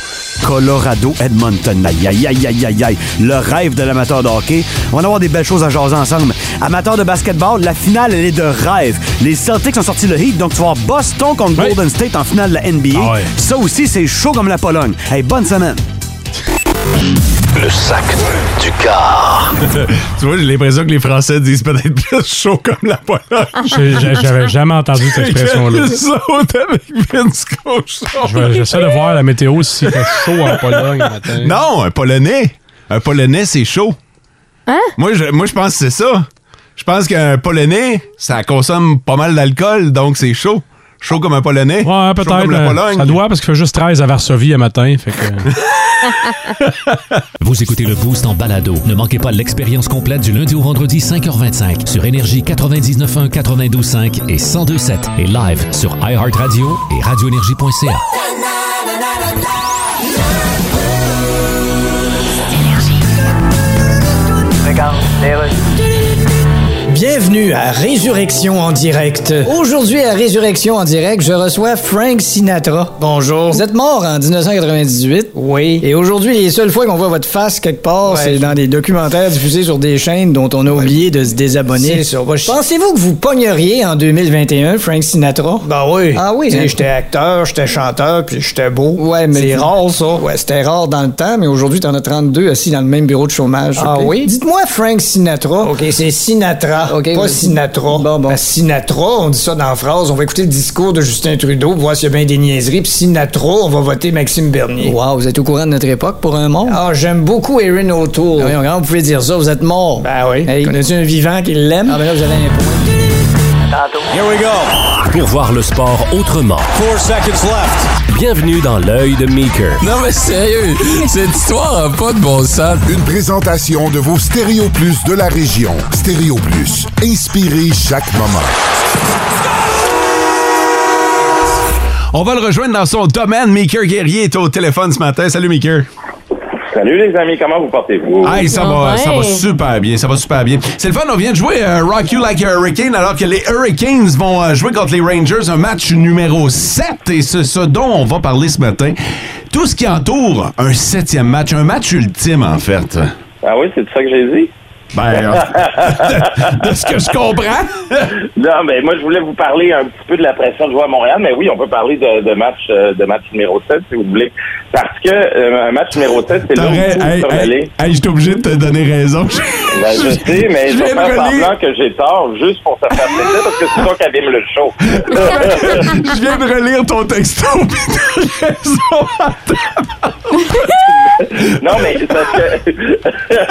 N: Colorado Edmonton. Aïe, aïe, aïe, aïe, aïe, aïe. Le rêve de l'amateur de hockey. On va avoir des belles choses à jaser ensemble. Amateur de basketball, la finale, elle est de rêve. Les Celtics ont sorti le Heat, donc tu vas avoir Boston contre
D: Ouais.
N: Golden State en finale de la NBA.
D: Ah ouais.
N: Ça aussi, c'est chaud comme la Pologne. Hey, bonne semaine.
E: Le sac du corps.
B: Tu vois, j'ai l'impression que les Français disent peut-être plus chaud comme la Pologne.
D: J'ai- j'ai- J'avais jamais entendu cette expression-là.
B: Je saute avec Vince Cochon.
D: Je vais- J'essaie de voir la météo si c'est chaud en Pologne le matin.
B: Non, un Polonais. Un Polonais, c'est chaud.
C: Hein?
B: Moi, je, moi, je pense que c'est ça. Je pense qu'un Polonais, ça consomme pas mal d'alcool, donc c'est chaud. Chaud comme un
D: Ouais,
B: Polonais. Chaud
D: peut-être.
B: comme la
D: euh,
B: Pologne.
D: Ça doit parce qu'il fait juste 13 à Varsovie le matin. Fait que... euh,
A: Vous écoutez le Boost en balado. Ne manquez pas l'expérience complète du lundi au vendredi 5h25 sur Énergie 99.1, 92.5 et 102.7 et live sur iHeartRadio et radioénergie.ca.
F: Bienvenue à Résurrection en direct. Aujourd'hui à Résurrection en direct, je reçois Frank Sinatra. Bonjour. Vous êtes mort en 1998. Oui. Et aujourd'hui, les seules fois qu'on voit votre face quelque part, c'est dans des documentaires diffusés sur des chaînes dont on a oublié de se désabonner.
G: C'est ça. Moi, je-
F: Pensez-vous que vous pogneriez en 2021 Frank Sinatra?
G: Ben oui.
F: Ah oui,
G: Tu sais,
F: hein?
G: J'étais acteur, j'étais chanteur, puis j'étais beau.
F: Ouais, mais
G: C'est rare, ça.
F: Ouais, c'était rare dans le temps, mais aujourd'hui, t'en as 32 assis dans le même bureau de chômage.
G: Ah
F: ok?
G: oui?
F: Dites-moi Frank Sinatra.
G: OK, c'est Sinatra, pas Sinatra.
F: vas-y.
G: Parce que Sinatra, on dit ça dans la phrase, on va écouter le discours de Justin Trudeau pour voir s'il y a bien des niaiseries, puis Sinatra, on va voter Maxime Bernier.
F: Wow, vous êtes au courant de notre époque pour un monde? Ah
G: Ah, j'aime beaucoup Erin O'Toole.
F: Voyons, comment vous pouvez dire ça? Vous êtes mort.
G: Ben oui.
F: Hey.
G: Connais-tu un vivant qui l'aime?
F: Ah, ben là, vous avez un point.
O: Here we go.
P: Pour voir le sport autrement.
O: Four seconds left.
P: Bienvenue dans l'œil de Meeker.
J: Non mais sérieux, cette histoire a pas de bon sens. Une présentation de vos Stéréo Plus de la région. Stéréo Plus, inspirez chaque moment.
B: On va le rejoindre dans son domaine. Maker Guerrier est au téléphone ce matin. Salut, Maker.
L: Salut les amis, comment vous portez-vous?
B: Hey, ça, va, ça va super bien, ça va super bien. C'est le fun, on vient de jouer euh, Rock You Like a Hurricane alors que les Hurricanes vont euh, jouer contre les Rangers, un match numéro 7 et c'est ce dont on va parler ce matin. Tout ce qui entoure un septième match, un match ultime en fait.
L: Ah oui, c'est de ça que j'ai dit?
B: Ben,
L: de,
B: ce que je comprends.
L: non, mais moi, je voulais vous parler un petit peu de la pression de jouer à Montréal, mais oui, on peut parler de, de match, euh, de match numéro 7, si vous voulez. Parce que euh, un match numéro 7, c'est là où
B: T'aurais-
L: tout
B: hey,
L: s'en
B: hey,
L: allait.
B: hey, j'étais obligé de te donner raison.
L: Ben, je sais, mais je
B: je
L: vais faire
B: brûler.
L: semblant que j'ai tort juste pour te faire plaisir parce que c'est toi qui anime le show.
B: je viens de relire ton texto, puis t'as raison.
L: non, mais c'est parce que.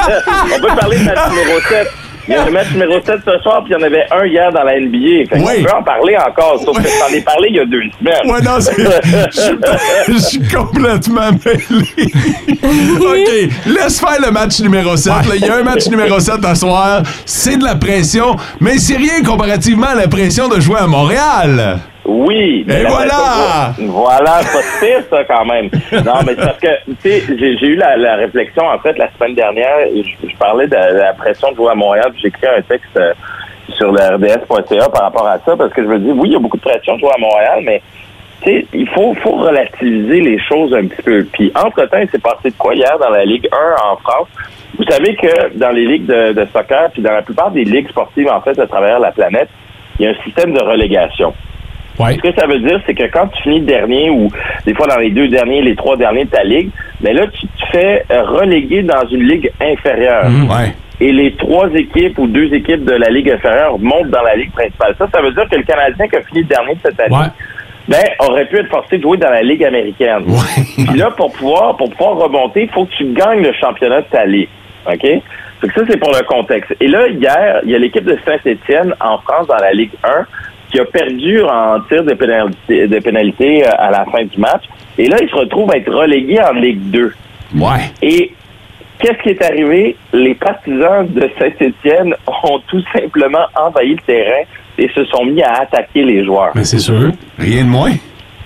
L: on peut parler de match numéro 7. Il y a le match numéro 7 ce soir, puis il y en avait un hier dans la NBA. Fait qu'on
B: Oui.
L: peut en parler encore, sauf que je t'en ai parlé il y a deux semaines.
B: Ouais, non, c'est- je suis pas- je suis complètement mêlé. OK, laisse faire le match numéro 7. là. Il y a un match numéro 7 à soir. C'est de la pression, mais c'est rien comparativement à la pression de jouer à Montréal.
L: Oui. mais
B: Et
L: la
B: voilà!
L: pression- Voilà, c'est pas pire, ça, quand même. Non, mais c'est parce que, tu sais, j'ai j'ai eu la, la réflexion, en fait, la semaine dernière, et je, je parlais de la pression de jouer à Montréal, puis j'ai écrit un texte euh, sur le RDS.ca par rapport à ça, parce que je me dis, oui, il y a beaucoup de pression de jouer à Montréal, mais tu sais, il faut, faut relativiser les choses un petit peu. Puis, entre-temps, il s'est passé de quoi hier dans la Ligue 1 en France? Vous savez que dans les ligues de, de soccer, puis dans la plupart des ligues sportives, en fait, à travers la planète, il y a un système de relégation. Ce que ça veut dire, c'est que quand tu finis dernier ou des fois dans les deux derniers, les trois derniers de ta ligue, mais là, tu te fais euh, reléguer dans une ligue inférieure. Et les trois équipes ou deux équipes de la ligue inférieure montent dans la ligue principale. Ça, ça veut dire que le Canadien qui a fini dernier de cette année, ben, aurait pu être forcé de jouer dans la ligue américaine. Puis là, pour pouvoir, pour pouvoir remonter, il faut que tu gagnes le championnat de ta ligue. OK? Fait que ça, c'est pour le contexte. Et là, hier, il y a l'équipe de Saint-Étienne en France dans la Ligue 1 qui a perdu en tir de pénalité, de pénalité euh, à la fin du match. Et là, il se retrouve à être relégué en Ligue 2.
B: Ouais.
L: Et qu'est-ce qui est arrivé? Les partisans de Saint-Étienne ont tout simplement envahi le terrain et se sont mis à attaquer les joueurs.
D: Mais c'est sûr.
B: Rien de moins.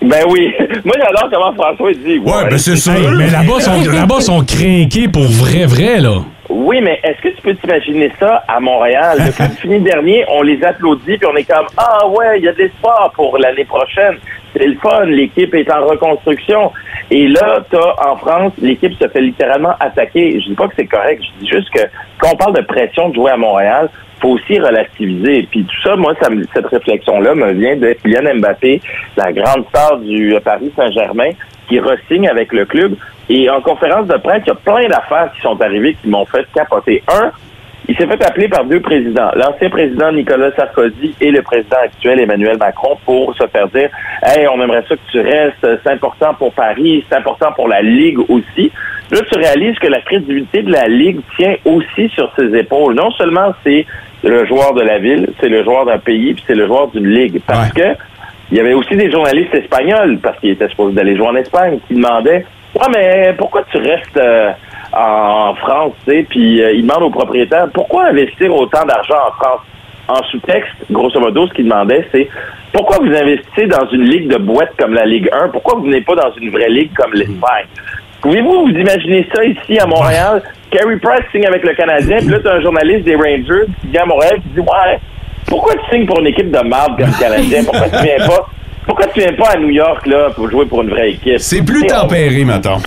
L: Ben oui. Moi, j'adore comment François dit. Ouais,
B: ben c'est
L: sûr.
D: mais là-bas, sont, là-bas, sont crinqués pour vrai, vrai, là.
L: Oui, mais est-ce que tu peux t'imaginer ça à Montréal? Le club fini dernier, on les applaudit, puis on est comme Ah ouais, il y a de l'espoir pour l'année prochaine. C'est le fun, l'équipe est en reconstruction. Et là, t'as en France, l'équipe se fait littéralement attaquer. Je dis pas que c'est correct, je dis juste que quand on parle de pression de jouer à Montréal, faut aussi relativiser. Puis tout ça, moi, ça me- cette réflexion-là me vient de Kylian Mbappé, la grande star du euh, Paris Saint-Germain, qui ressigne avec le club. Et en conférence de presse, il y a plein d'affaires qui sont arrivées qui m'ont fait capoter. Un, il s'est fait appeler par deux présidents, l'ancien président Nicolas Sarkozy et le président actuel Emmanuel Macron pour se faire dire Hey, on aimerait ça que tu restes, c'est important pour Paris, c'est important pour la Ligue aussi. Là, tu réalises que la crédibilité de la Ligue tient aussi sur ses épaules. Non seulement c'est le joueur de la ville, c'est le joueur d'un pays, puis c'est le joueur d'une ligue. Parce que il y avait aussi des journalistes espagnols, parce qu'ils étaient supposés d'aller jouer en Espagne, qui demandaient Ouais, mais pourquoi tu restes euh, en France, tu sais? Puis euh, il demande au propriétaire, pourquoi investir autant d'argent en France? En sous-texte, grosso modo, ce qu'il demandait, c'est pourquoi vous investissez dans une ligue de boîtes comme la Ligue 1? Pourquoi vous n'êtes pas dans une vraie ligue comme l'Espagne? Pouvez-vous vous imaginer ça ici à Montréal? Carey Price signe avec le Canadien, puis là, t'as un journaliste des Rangers qui vient à Montréal qui dit Ouais, pourquoi tu signes pour une équipe de marde comme le Canadien? Pourquoi tu viens pas? Pourquoi tu viens pas à New York là pour jouer pour une vraie équipe?
B: C'est plus tempéré, mettons.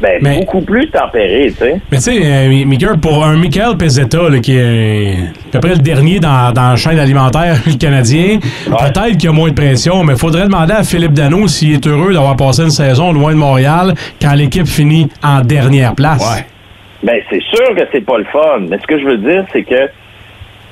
L: Ben, beaucoup plus tempéré, tu sais.
D: Mais tu sais, euh, Mi- Michael, pour un Michael Pezzetta, là, qui est euh, à peu près le dernier dans, dans la chaîne alimentaire canadien, peut-être qu'il y a moins de pression, mais faudrait demander à Philippe Dano s'il est heureux d'avoir passé une saison loin de Montréal quand l'équipe finit en dernière place.
L: Ben, c'est sûr que c'est pas le fun, mais ce que je veux dire, c'est que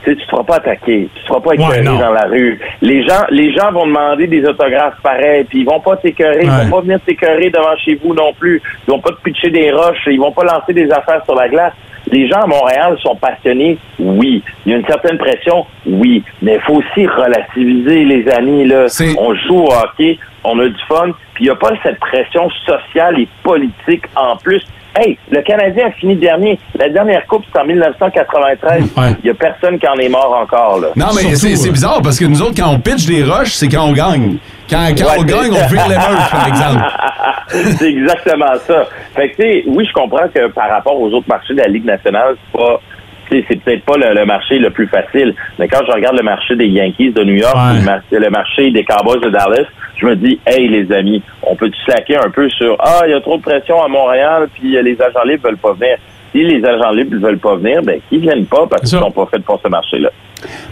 L: tu sais, tu te feras pas attaquer, tu te feras pas écœurer
D: non.
L: dans la rue. Les gens, les gens vont demander des autographes pareils, puis ils vont pas t'écœurer, ils vont pas venir t'écœurer devant chez vous non plus. Ils vont pas te pitcher des roches, ils vont pas lancer des affaires sur la glace. Les gens à Montréal sont passionnés, oui. Il y a une certaine pression, oui. Mais il faut aussi relativiser, les amis. Là. On joue au hockey, on a du fun, puis il n'y a pas cette pression sociale et politique en plus. Hey, le Canadien a fini dernier. La dernière coupe, c'est en 1993. Il n'y a personne qui en est mort encore. Là.
B: Non, mais c'est
L: euh,
B: c'est bizarre parce que nous autres, quand on pitch des roches, c'est quand on gagne. Quand, quand
L: Ouais,
B: on
L: c'est-
B: gagne, on vire l'émeute, par exemple.
L: c'est exactement ça. Fait que, tu sais, oui, je comprends que par rapport aux autres marchés de la Ligue nationale, c'est pas. tu sais, C'est peut-être pas le, le marché le plus facile, mais quand je regarde le marché des Yankees de New York, le mar- le marché des Cowboys de Dallas, je me dis, hey les amis, on peut slacker un peu sur ah il y a trop de pression à Montréal, puis euh, les agents libres veulent pas venir. Si les agents libres veulent pas venir, ben ils viennent pas parce qu'ils sont pas faits pour ce marché-là.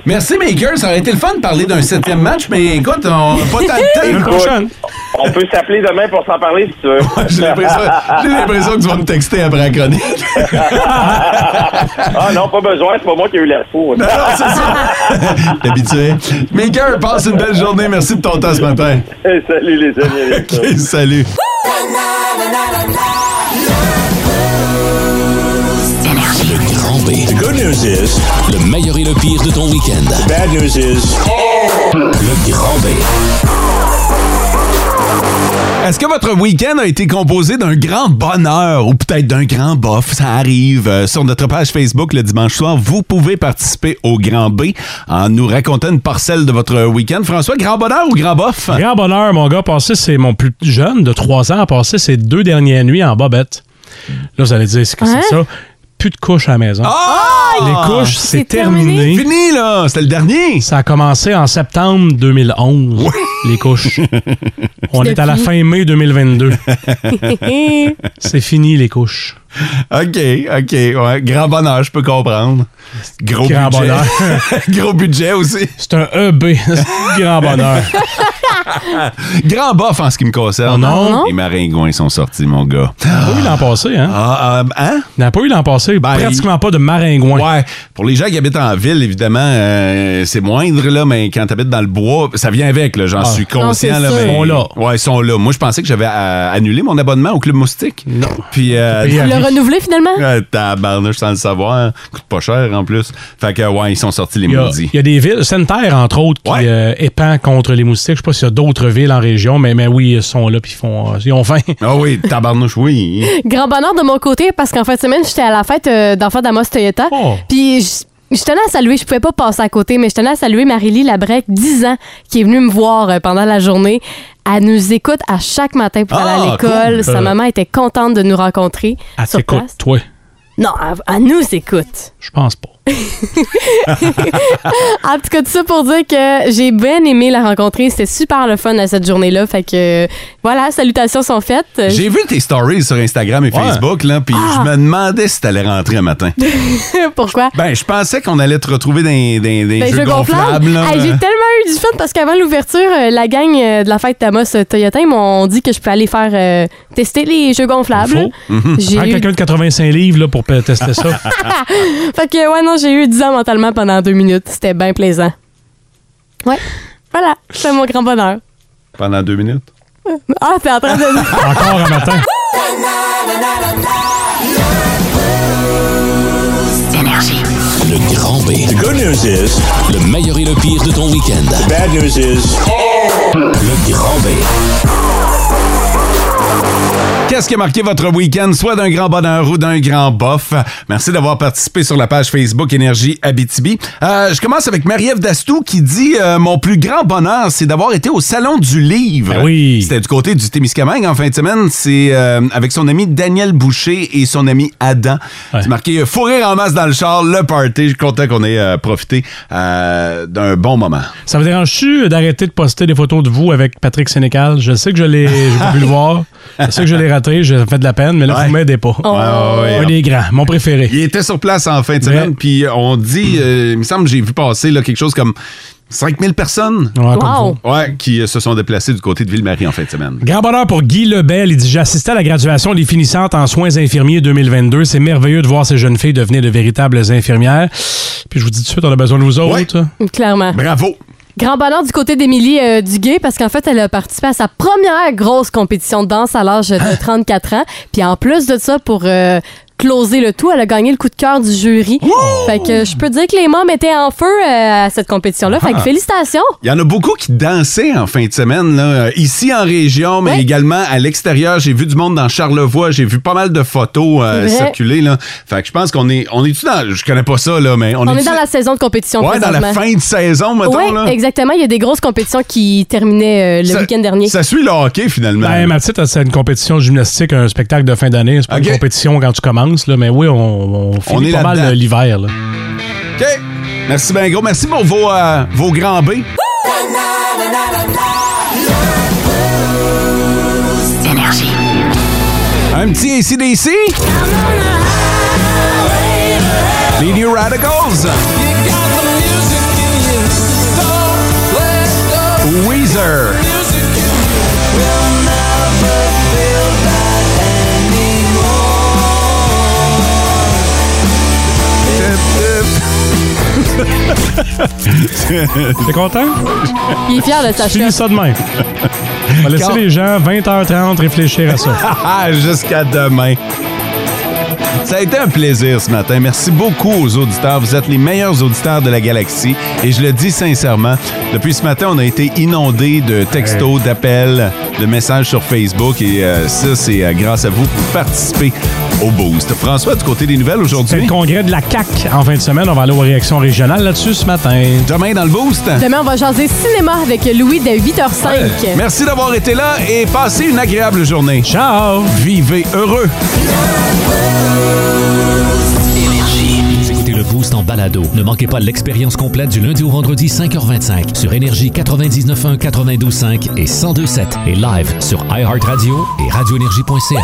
B: Merci, Maker. Ça aurait été le fun de parler d'un septième match, mais écoute, on n'a pas tant de temps.
L: On peut s'appeler demain pour s'en parler si tu veux.
B: J'ai l'impression j'ai l'impression que tu vas me texter après la chronique.
L: ah non, pas besoin, c'est pas moi qui ai eu l'air fou.
B: Non, non, c'est ça. L'habitué. Maker, passe une belle journée. Merci de ton temps ce matin.
L: Salut les amis.
B: OK, salut.
P: The good news is. Le meilleur et le pire de ton week-end. bad news is. Le grand B.
B: Est-ce que votre week-end a été composé d'un grand bonheur ou peut-être d'un grand bof? Ça arrive. Euh, sur notre page Facebook le dimanche soir, vous pouvez participer au Grand B en nous racontant une parcelle de votre week-end. François, grand bonheur ou grand bof?
D: Grand bonheur, mon gars, passé, c'est mon plus jeune de 3 ans, a passé ses deux dernières nuits en bobette. Là, vous allez dire, c'est que
B: Hein?
D: c'est ça? Plus de couches à la maison.
B: Ah!
D: Les couches, c'est terminé.
B: Fini, là! C'était le dernier!
D: Ça a commencé en septembre 2011, les couches. On est à la
B: depuis?
D: fin mai 2022. c'est fini, les couches.
B: OK, OK. ouais. Grand bonheur, je peux comprendre. Gros
D: Grand
B: budget.
D: bonheur.
B: Gros budget aussi.
D: C'est un EB. grand bonheur.
B: Grand bof en ce qui me concerne.
D: Oh non?
B: Les maringouins sont sortis, mon gars.
D: Pas eu l'an passé, hein?
B: hein?
D: N'a pas eu l'an passé. pratiquement pas de maringouins.
B: Ouais. Pour les gens qui habitent en ville, évidemment, euh, c'est moindre, là, mais quand t'habites dans le bois, ça vient avec, là. J'en
D: Ah.
B: suis conscient,
D: Non, c'est
B: là.
D: sûr.
B: mais-
D: Ils sont là.
B: Ouais, ils sont là. Moi, je pensais que j'avais euh, annulé mon abonnement au Club Moustique. Non. Puis. euh,
C: Tu l'as renouvelé finalement?
B: euh, tabarnouche, sans le savoir. Coûte pas cher, en plus. Fait que, ouais, ils sont sortis les
D: Il y, a,
B: maudits.
D: il y a des villes, Sainte-Terre, entre autres, qui euh, épand contre les moustiques. Je sais pas s'il y a d'autres villes en région, mais, mais oui, ils sont là puis ils, font, euh, ils ont faim.
B: Ah oui, tabarnouche, oui.
C: Grand bonheur de mon côté parce qu'en fin de semaine, j'étais à la fête euh, d'enfants d'Amos Toyota.
D: Oh.
C: Puis je- je tenais à saluer, je pouvais pas passer à côté, mais je tenais à saluer Marie-Lie Labrec, 10 ans, qui est venue me voir euh, pendant la journée. Elle nous écoute à chaque matin pour aller à
D: Ah,
C: l'école.
D: cool.
C: Sa
D: Euh,
C: maman était contente de nous rencontrer.
D: Elle
C: sur
D: t'écoute,
C: place.
D: toi.
C: Non, elle, elle nous écoute.
D: Je pense pas.
C: en tout cas, tout ça pour dire que j'ai bien aimé la rencontrer. C'était super le fun à cette journée-là. Fait que euh, voilà, salutations sont faites.
B: J'ai vu tes stories sur Instagram et
C: Ouais.
B: Facebook, là, puis
C: Ah.
B: je me demandais si t'allais rentrer un matin.
C: Pourquoi?
B: Ben, je pensais qu'on allait te retrouver dans les- dans des
C: Ben,
B: jeux
C: je
B: gonflables. là. euh,
C: Hey, j'ai tellement eu du fun parce qu'avant l'ouverture, euh, la gang euh, de la fête Tamos euh, Toyota, ils m'ont dit que je peux aller faire euh, tester les jeux gonflables.
D: Faux.
B: Mhm.
C: J'ai
B: Ah,
D: Prends
C: eu-
D: quelqu'un de 85 livres là, pour pe- tester ça.
C: fait que, ouais, non, j'ai eu 10 ans mentalement pendant deux minutes. C'était bien plaisant. Ouais. Voilà, c'est mon grand bonheur.
B: Pendant deux minutes.
C: Ah, t'es en train de.
D: Encore un matin.
P: Le grand B. The good news is. Le meilleur et le pire de ton week-end. bad news is. Le grand B.
B: Qu'est-ce qui a marqué votre week-end, soit d'un grand bonheur ou d'un grand bof? Merci d'avoir participé sur la page Facebook Énergie Abitibi. Euh, je commence avec Marie-Ève Dastou qui dit euh, Mon plus grand bonheur, c'est d'avoir été au Salon du Livre. oui. C'était du côté du Témiscamingue en fin de semaine. C'est euh, avec son ami Daniel Boucher et son ami Adam. C'est marqué euh, Faut rire en masse dans le char, le party. Je suis content qu'on ait euh, profité euh, d'un bon moment.
D: Ça vous dérange-tu d'arrêter de poster des photos de vous avec Patrick Sénécal? Je sais que je l'ai j'ai pas pu le voir. Je sais que je l'ai raté, j'ai fait de la peine, mais là, vous m'aidez pas.
B: ouais, ouais.
D: Un des grands, mon préféré.
B: Il était sur place en fin de semaine, puis on dit, euh, il me semble que j'ai vu passer là, quelque chose comme 5000 personnes
D: comme
B: Ouais, qui euh, se sont déplacées du côté de Ville-Marie en fin de semaine.
D: Grand bonheur pour Guy Lebel. Il dit J'ai assisté à la graduation des finissantes en soins infirmiers 2022. C'est merveilleux de voir ces jeunes filles devenir de véritables infirmières. Puis je vous dis tout de suite, on a besoin de vous autres.
C: Clairement.
B: Bravo.
C: Grand bonheur du côté d'Émilie euh, Duguay parce qu'en fait, elle a participé à sa première grosse compétition de danse à l'âge
B: Hein?
C: de 34 ans. Puis en plus de ça, pour euh, closer le tout, elle a gagné le coup de cœur du jury. Fait que je peux dire que les membres étaient en feu euh, à cette compétition-là. Fait que
B: Ah.
C: félicitations!
B: Il y en a beaucoup qui dansaient en fin de semaine, là, euh, ici en région, mais également à l'extérieur. J'ai vu du monde dans Charlevoix, j'ai vu pas mal de photos euh,
C: C'est vrai.
B: circuler. Là. Fait que je pense qu'on est, on est-tu dans, je connais pas ça, là, mais on,
C: On, est
B: est-tu-
C: dans la saison de compétition
B: Ouais, dans la
C: présentement.
B: fin de saison, mettons.
C: Ouais,
B: là.
C: exactement. Il y a des grosses compétitions qui terminaient euh, le
B: Ça-
C: week-end dernier.
B: Ça suit le hockey, finalement.
D: Ben, ma petite, c'est une compétition de gymnastique, un spectacle de fin d'année. C'est pas
B: Ok.
D: une compétition quand tu commences, là, mais oui, on, on finit
B: est
D: pas mal
B: là-dedans.
D: euh, l'hiver. là.
B: OK. Merci ben gros. Merci pour vos, euh, vos grands B.
E: Énergie.
B: Un petit ACDC. Les New Radicals. Weezer.
D: T'es content?
C: Il est fier de sa
D: Finis ça de même. On va laisser
B: Quand-
D: les gens 20h30 réfléchir à ça.
B: Ah, Jusqu'à demain. Ça a été un plaisir ce matin. Merci beaucoup aux auditeurs. Vous êtes les meilleurs auditeurs de la galaxie. Et je le dis sincèrement, depuis ce matin, on a été inondés de textos, d'appels, de messages sur Facebook. Et euh, ça, c'est euh, grâce à vous pour participer au Boost. François, du côté des nouvelles
D: C'est le
B: aujourd'hui.
D: congrès de la CAC en fin de semaine. On va aller aux réactions régionales là-dessus ce matin.
B: Demain dans le Boost.
C: Demain, on va jaser cinéma avec Louis de 8h05.
B: Merci d'avoir été là et passez une agréable journée.
D: Ciao!
B: Vivez heureux!
A: Vous écoutez le Boost en balado. Ne manquez pas l'expérience complète du lundi au vendredi 5h25 sur Énergie 99.1, 92.5 et 102.7 et live sur iHeartRadio et radioénergie.ca.